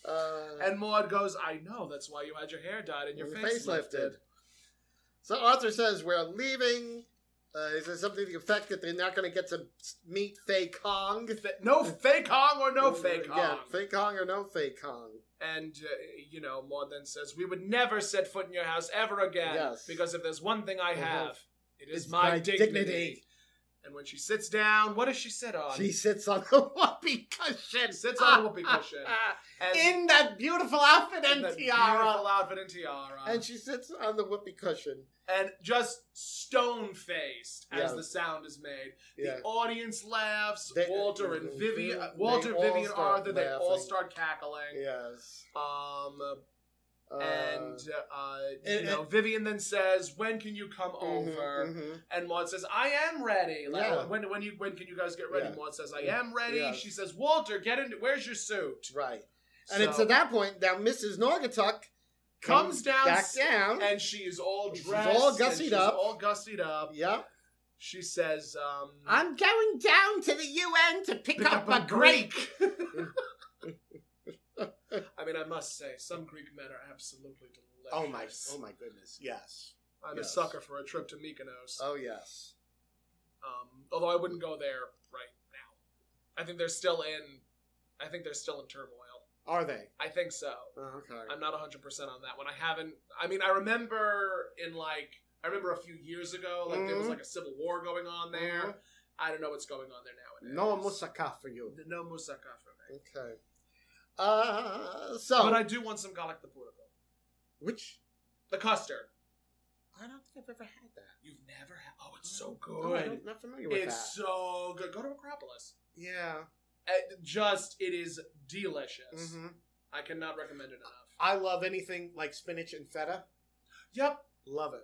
S3: Uh,
S2: and Maud goes, I know, that's why you had your hair dyed and your, face, lifted.
S3: So Arthur says we're leaving. Uh, is there something to the effect that they're not going to get to meet Fei Kong?
S2: Fe- No fake Kong or no fake Kong.
S3: Yeah, Fei Kong or no Fei Kong.
S2: And, uh, you know, Maud then says, We would never set foot in your house ever again.
S3: Yes.
S2: Because if there's one thing I
S3: Mhm.
S2: have, it is
S3: It's
S2: my,
S3: my
S2: dignity.
S3: dignity.
S2: And when she sits down, what does she sit on?
S3: She sits on the whoopee cushion.
S2: Sits on the whoopee cushion. and
S3: in that beautiful outfit
S2: and
S3: and,
S2: that
S3: tiara.
S2: Beautiful outfit and tiara.
S3: And she sits on the whoopee cushion.
S2: and just stone faced as
S3: Yeah.
S2: the sound is made.
S3: Yeah.
S2: The audience laughs.
S3: They- uh,
S2: Walter and
S3: they-
S2: Vivian,
S3: they
S2: Walter,
S3: all
S2: Vivian,
S3: start
S2: Arthur, they all
S3: laughing.
S2: start cackling.
S3: Yes.
S2: Um,
S3: Uh,
S2: and uh, you
S3: and-
S2: know, Vivian then says, "When can you come
S3: mhm,
S2: over?"
S3: mhm.
S2: And Maud says, "I am ready." Like,
S3: Yeah.
S2: when when you when can you guys get ready?
S3: Yeah.
S2: Maud says, "I
S3: Yeah.
S2: am ready."
S3: Yeah.
S2: She says, "Walter, get in. Where's your suit?"
S3: Right. And it's
S2: So-
S3: at that point now Mrs. Norgatuck
S2: comes down
S3: back down.
S2: and she is all
S3: She's
S2: dressed,
S3: all
S2: and
S3: gussied
S2: she's
S3: up.
S2: all gussied up.
S3: yeah.
S2: She says, um,
S3: I'm going down to the UN to pick, up, a Greek.
S2: I mean, I must say, some Greek men are absolutely delicious.
S3: Oh my! Oh my goodness! Yes.
S2: I'm a
S3: yes.
S2: sucker for a trip to Mykonos.
S3: Oh yes.
S2: um, although I wouldn't go there right now. I think they're still in. I think they're still in turmoil.
S3: Are they?
S2: I think so.
S3: Oh, okay.
S2: I'm not 100 percent on that one. I haven't. I mean, I remember in like I remember a few years ago, like there was
S3: Mhm.
S2: like a civil war going on there. I don't know what's going on there nowadays.
S3: Mm-hmm. No moussaka for you.
S2: No moussaka for me.
S3: Okay. Uh, so
S2: But I do want some galak the purgo.
S3: which
S2: The custard.
S3: I don't think I've ever had that.
S2: You've never had. Oh, it's so
S3: No, I'm
S2: good.
S3: not familiar with
S2: It's so good. Go to Acropolis.
S3: that. Yeah.
S2: It just it is delicious.
S3: hmm
S2: I cannot recommend it enough.
S3: I love anything like spinach and feta.
S2: Yep.
S3: Love it.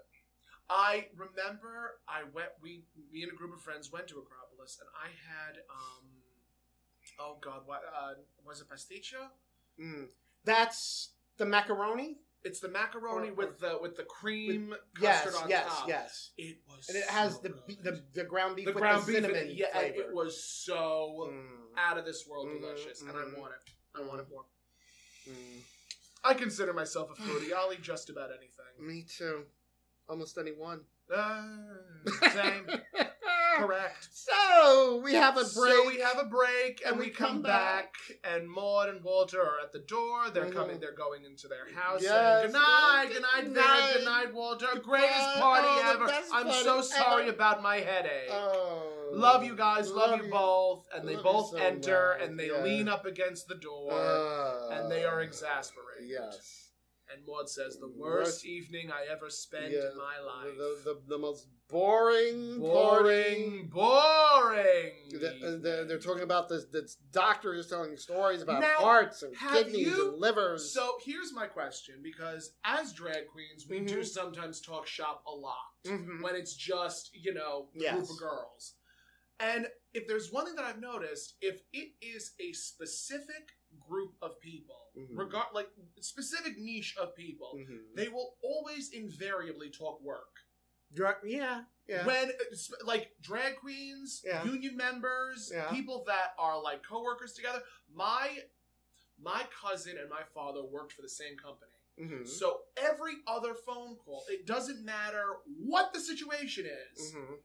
S2: I remember I went. We me and a group of friends went to Acropolis, and I had um. Oh God, what uh, was it? Pasticcio.
S3: Mm. That's the macaroni.
S2: It's the macaroni
S3: Or-
S2: with the with the cream
S3: Yes.
S2: custard on
S3: yes.
S2: top.
S3: Yes.
S2: It was.
S3: And it has
S2: so
S3: the, be-
S2: good.
S3: the the ground beef
S2: The
S3: with
S2: ground
S3: the
S2: beef.
S3: cinnamon
S2: and- yeah, and
S3: flavor.
S2: it was so
S3: Mm.
S2: out of this world
S3: Mhm,
S2: delicious, and
S3: mhm.
S2: I want it. I want it more.
S3: Mm.
S2: I consider myself a foodie. I'll eat just about anything.
S3: Me too. Almost anyone. Mm.
S2: Uh, same. Correct.
S3: so we have a break.
S2: So we have a break, and, we, come, back,
S3: back.
S2: and Maud and Walter are at the door. They're
S3: Mhm.
S2: coming. They're going into their house.
S3: Yes,
S2: saying, good night,
S3: yes,
S2: good night,
S3: good
S2: Vera, good
S3: night.
S2: night, Walter.
S3: Good
S2: Greatest
S3: night.
S2: party
S3: Oh, the
S2: ever.
S3: best
S2: I'm
S3: party
S2: so sorry
S3: ever.
S2: about my headache.
S3: Oh.
S2: love you guys. Love, you both. And they
S3: Love you
S2: both
S3: so
S2: enter,
S3: much,
S2: and they
S3: yeah.
S2: lean up against the door,
S3: Oh.
S2: and they are exasperated.
S3: Yes.
S2: And Maud says, "The worst,
S3: Worst-
S2: evening I ever spent
S3: Yeah.
S2: in my life.
S3: The, the, the most boring,
S2: boring,
S3: boring.
S2: boring."
S3: The- uh, the- they're talking about this. The doctor is telling stories about
S2: Now,
S3: hearts and
S2: have
S3: kidneys
S2: you-
S3: and livers.
S2: So here's my question because as drag queens, we do
S3: Mhm.
S2: sometimes talk shop a lot
S3: Mhm.
S2: when it's just, you know, a group
S3: Yes.
S2: of girls. And if there's one thing that I've noticed, if it is a specific group of people,
S3: Mhm.
S2: regard like specific niche of people,
S3: Mhm.
S2: they will always invariably talk work.
S3: Dra- yeah, yeah.
S2: When uh, sp- like drag queens,
S3: Yeah.
S2: union members,
S3: Yeah.
S2: people that are like coworkers together, my my cousin and my father worked for the same company.
S3: Mhm.
S2: So every other phone call, it doesn't matter what the situation is.
S3: Mhm.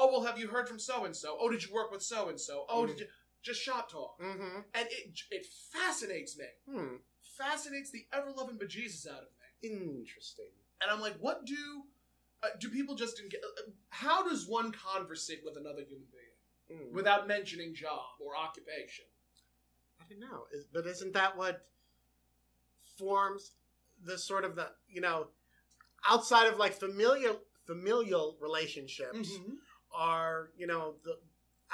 S2: Oh, well, have you heard from so and so? Oh, did you work with so and so? Oh,
S3: Mm-hmm.
S2: did you just shop talk?
S3: Mhm.
S2: And it it fascinates me,
S3: Hmm.
S2: fascinates the ever loving bejesus out of me.
S3: Interesting.
S2: And I'm like, what do uh, do people just engage? How does one conversate with another human being
S3: Mm.
S2: without mentioning job or occupation?
S3: I don't know, is, but isn't that what forms the sort of the you know outside of like familial familial relationships are you know the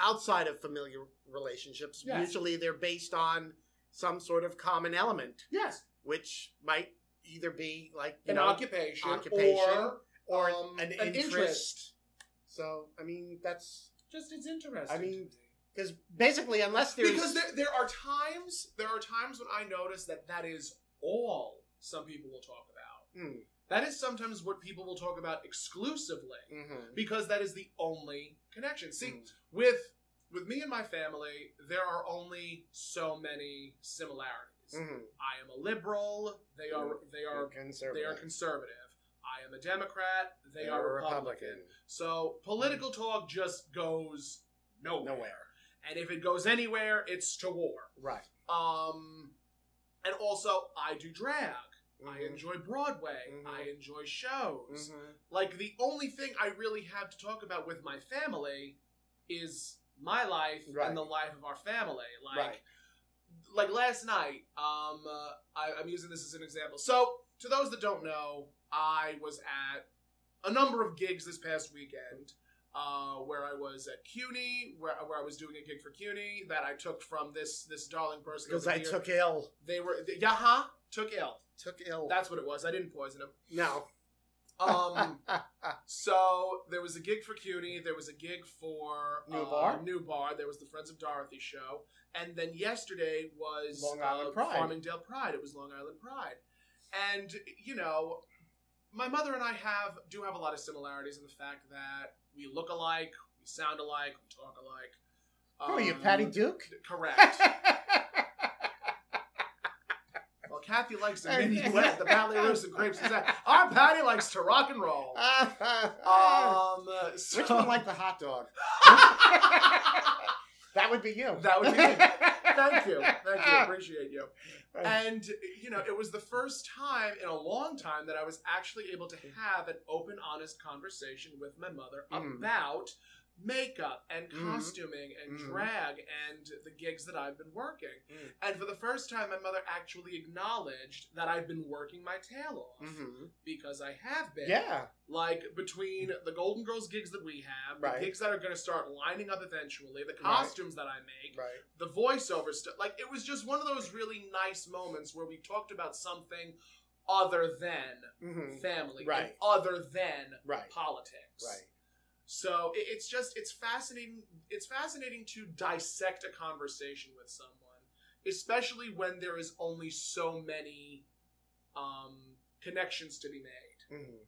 S3: outside of familiar relationships
S2: Yes.
S3: usually they're based on some sort of common element
S2: Yes,
S3: which might either be like you
S2: an
S3: know
S2: occupation,
S3: occupation,
S2: or
S3: or
S2: um,
S3: an,
S2: an
S3: interest.
S2: interest.
S3: so i mean that's
S2: just it's interesting.
S3: I mean,
S2: to me.
S3: Because basically, unless there's
S2: because there, there are times there are times when I notice that that is all some people will talk about.
S3: Mm,
S2: That is sometimes what people will talk about exclusively
S3: mhm,
S2: because that is the only connection. See,
S3: mm.
S2: with with me and my family, there are only so many similarities.
S3: Mhm.
S2: I am a liberal. They are they are they
S3: conservative.
S2: are conservative. I am a Democrat. They, are, Republican. So political talk just goes nowhere.
S3: Nowhere.
S2: And if it goes anywhere, it's to war.
S3: Right.
S2: Um, and also, I do drag. I
S3: Mhm,
S2: enjoy Broadway.
S3: Mhm.
S2: I enjoy shows.
S3: mhm.
S2: Like the only thing I really have to talk about with my family is my life
S3: Right.
S2: and the life of our family. Like,
S3: Right.
S2: like last night. Um, uh, I, I'm using this as an example. So, to those that don't know, I was at a number of gigs this past weekend. Uh, where I was at CUNY, where, where I was doing a gig for CUNY that I took from this this darling person.
S3: Because
S2: over
S3: I
S2: here.
S3: took ill.
S2: They were Yaha took ill.
S3: Took ill.
S2: That's what it was. I didn't poison him.
S3: no.
S2: Um, so there was a gig for CUNY. There was a gig for
S3: New
S2: uh,
S3: Bar?
S2: New Bar. There was the Friends of Dorothy show, and then yesterday was
S3: Long Island
S2: uh,
S3: Pride.
S2: Farmingdale Pride. It was Long Island Pride, and you know, my mother and I have do have a lot of similarities in the fact that we look alike, we sound alike, we talk alike.
S3: Who are you,
S2: Um,
S3: Patty Duke?
S2: Correct. Well, Kathy likes to minuet the ballet roots and crepes. and that. Our Patty likes to rock and roll. Um, so,
S3: Uh, Which one liked the hot dog? That would be you.
S2: That would be me. Thank you, thank you, appreciate you.
S3: Right.
S2: And you know, it was the first time in a long time that I was actually able to have an open, honest conversation with my mother
S3: Mm.
S2: about makeup and
S3: Mhm.
S2: costuming and
S3: Mhm.
S2: drag and the gigs that I've been working.
S3: Mm.
S2: And for the first time, my mother actually acknowledged that I've been working my tail off
S3: Mhm.
S2: because I have been.
S3: Yeah.
S2: Like between the Golden Girls gigs that we have, the
S3: Right.
S2: gigs that are going to start lining up eventually, the
S3: Right.
S2: costumes that I make,
S3: Right.
S2: the voiceover stuff, like it was just one of those really nice moments where we talked about something other than
S3: Mhm.
S2: family, and
S3: Right.
S2: other than
S3: Right.
S2: politics,
S3: Right.
S2: So it, it's just it's fascinating. It's fascinating to dissect a conversation with someone, especially when there is only so many um, connections to be made.
S3: Mhm.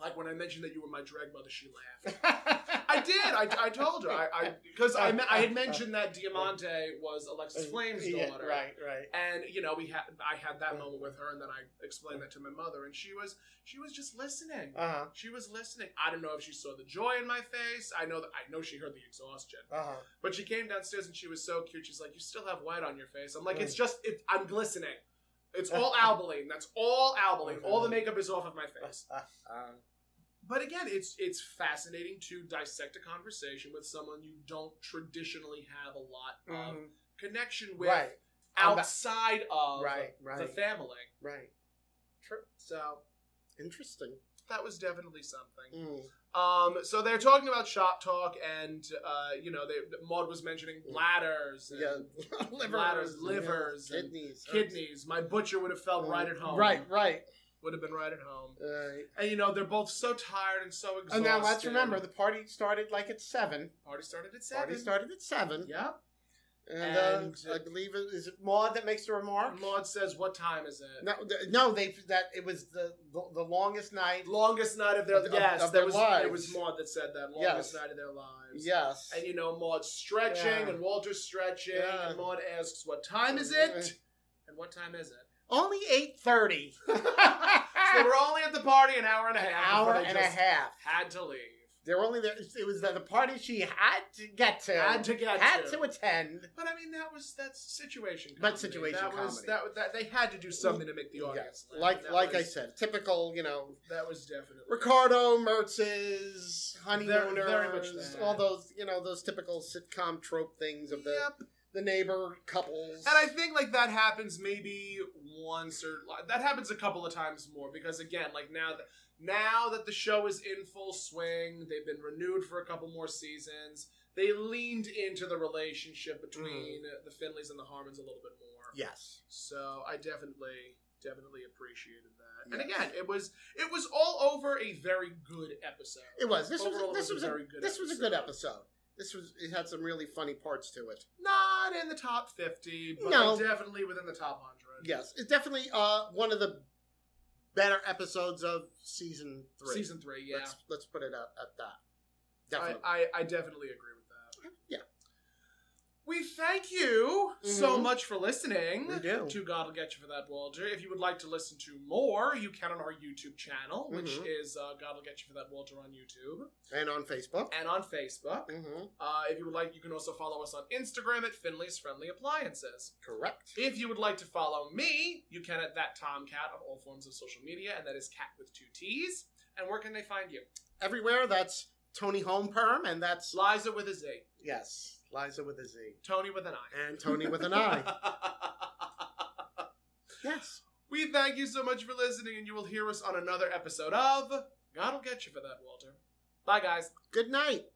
S2: Like when I mentioned that you were my drag mother, she laughed. I did. I, I told her. I because I, me- I had mentioned that Diamante was Alexis Flame's daughter.
S3: Yeah, right. Right.
S2: And you know we had I had that moment with her, and then I explained that to my mother, and she was she was just listening.
S3: Uh huh.
S2: She was listening. I don't know if she saw the joy in my face. I know that I know she heard the exhaustion,
S3: Uh huh.
S2: but she came downstairs and she was so cute. She's like, "You still have white on your face." I'm like, "It's just it, I'm glistening. It's all albaline. That's all albaline. All the makeup is off of my face." Uh, um, But again, it's it's fascinating to dissect a conversation with someone you don't traditionally have a lot of
S3: Mhm.
S2: connection with
S3: Right.
S2: outside of
S3: Right.
S2: the
S3: Right.
S2: family.
S3: Right. True.
S2: So
S3: Interesting.
S2: that was definitely something. Um, so they're talking about shop talk, and uh, you know, they, Maud was mentioning bladders, and
S3: Yeah.
S2: Bladders, livers, and
S3: kidneys,
S2: kidneys. My butcher would have felt
S3: Mm.
S2: right at home.
S3: Right. Right.
S2: would have been right at home.
S3: Right.
S2: And you know, they're both so tired and so exhausted.
S3: And Oh, now let's remember the party started like at seven.
S2: party started at seven.
S3: Party started at seven.
S2: Yep.
S3: And, uh,
S2: And-
S3: I believe it is it Maud that makes the remark.
S2: Maud says, "What time is it?"
S3: No, th- no, they that it was the the, the longest night.
S2: Longest night of their
S3: Of- of-
S2: yes,
S3: of
S2: there
S3: their
S2: was
S3: lives.
S2: it was Maud that said that longest
S3: Yes.
S2: night of their lives.
S3: Yes.
S2: And you know, Maud's stretching
S3: Yeah.
S2: and Walter's stretching,
S3: Yeah.
S2: and Maud asks, "What time is it?" And what time is it?
S3: Only eight thirty.
S2: So they were only at the party an hour and a
S3: an
S2: half.
S3: hour
S2: before they
S3: and a
S2: just
S3: half.
S2: Had to leave.
S3: They were only there. It was the, the party she had to get to.
S2: Had to get
S3: had to attend.
S2: But I mean, that was that's situation. Comedy.
S3: But situation
S2: that Was,
S3: comedy.
S2: that, that they had to do something to make the audience
S3: Yeah,
S2: laugh.
S3: Like
S2: That
S3: like I
S2: was-
S3: said, typical. You know,
S2: that was definitely
S3: Ricardo Mertz's honeymooners,
S2: very much that.
S3: all those you know those typical sitcom trope things of the
S2: Yep.
S3: the neighbor couples.
S2: And I think like that happens maybe once or that happens a couple of times more because again, like now that now that the show is in full swing, they've been renewed for a couple more seasons. They leaned into the relationship between
S3: Mm-hmm.
S2: the Finleys and the Harmons a little bit more.
S3: yes,
S2: So I definitely definitely appreciated that. And
S3: Yes.
S2: again, it was it was all over a very good episode.
S3: it was. This was
S2: Overall,
S3: a- this
S2: it
S3: was a
S2: very good
S3: this was a good episode. This was it had some really funny parts to it.
S2: Not in the top 50, but
S3: No.
S2: like, definitely within the top 100.
S3: Yes, it's definitely uh, one of the better episodes of season three.
S2: Season 3, yeah.
S3: Let's, let's put it out at that.
S2: I,
S3: Definitely.
S2: I, I definitely agree with that.
S3: Yeah.
S2: We thank you so
S3: Mhm.
S2: much for listening.
S3: we do.
S2: To God will get you for that, Walter. If you would like to listen to more, you can on our YouTube channel, which
S3: Mhm.
S2: is uh, God will get you for that, Walter on YouTube
S3: And on Facebook.
S2: and on Facebook.
S3: Mm-hmm.
S2: Uh, if you would like, you can also follow us on Instagram at Finley's Friendly Appliances.
S3: Correct.
S2: If you would like to follow me, you can at that Tomcat on all forms of social media, and that is cat with two T's. And where can they find you?
S3: Everywhere, that's Tony Home Perm, and that's,
S2: Liza with a Z,
S3: yes, Liza with a Z.
S2: Tony with an I.
S3: And Tony with an I. Yes.
S2: we thank you so much for listening, and you will hear us on another episode of God'll Get You for That, Walter. Bye, guys.
S3: Good night.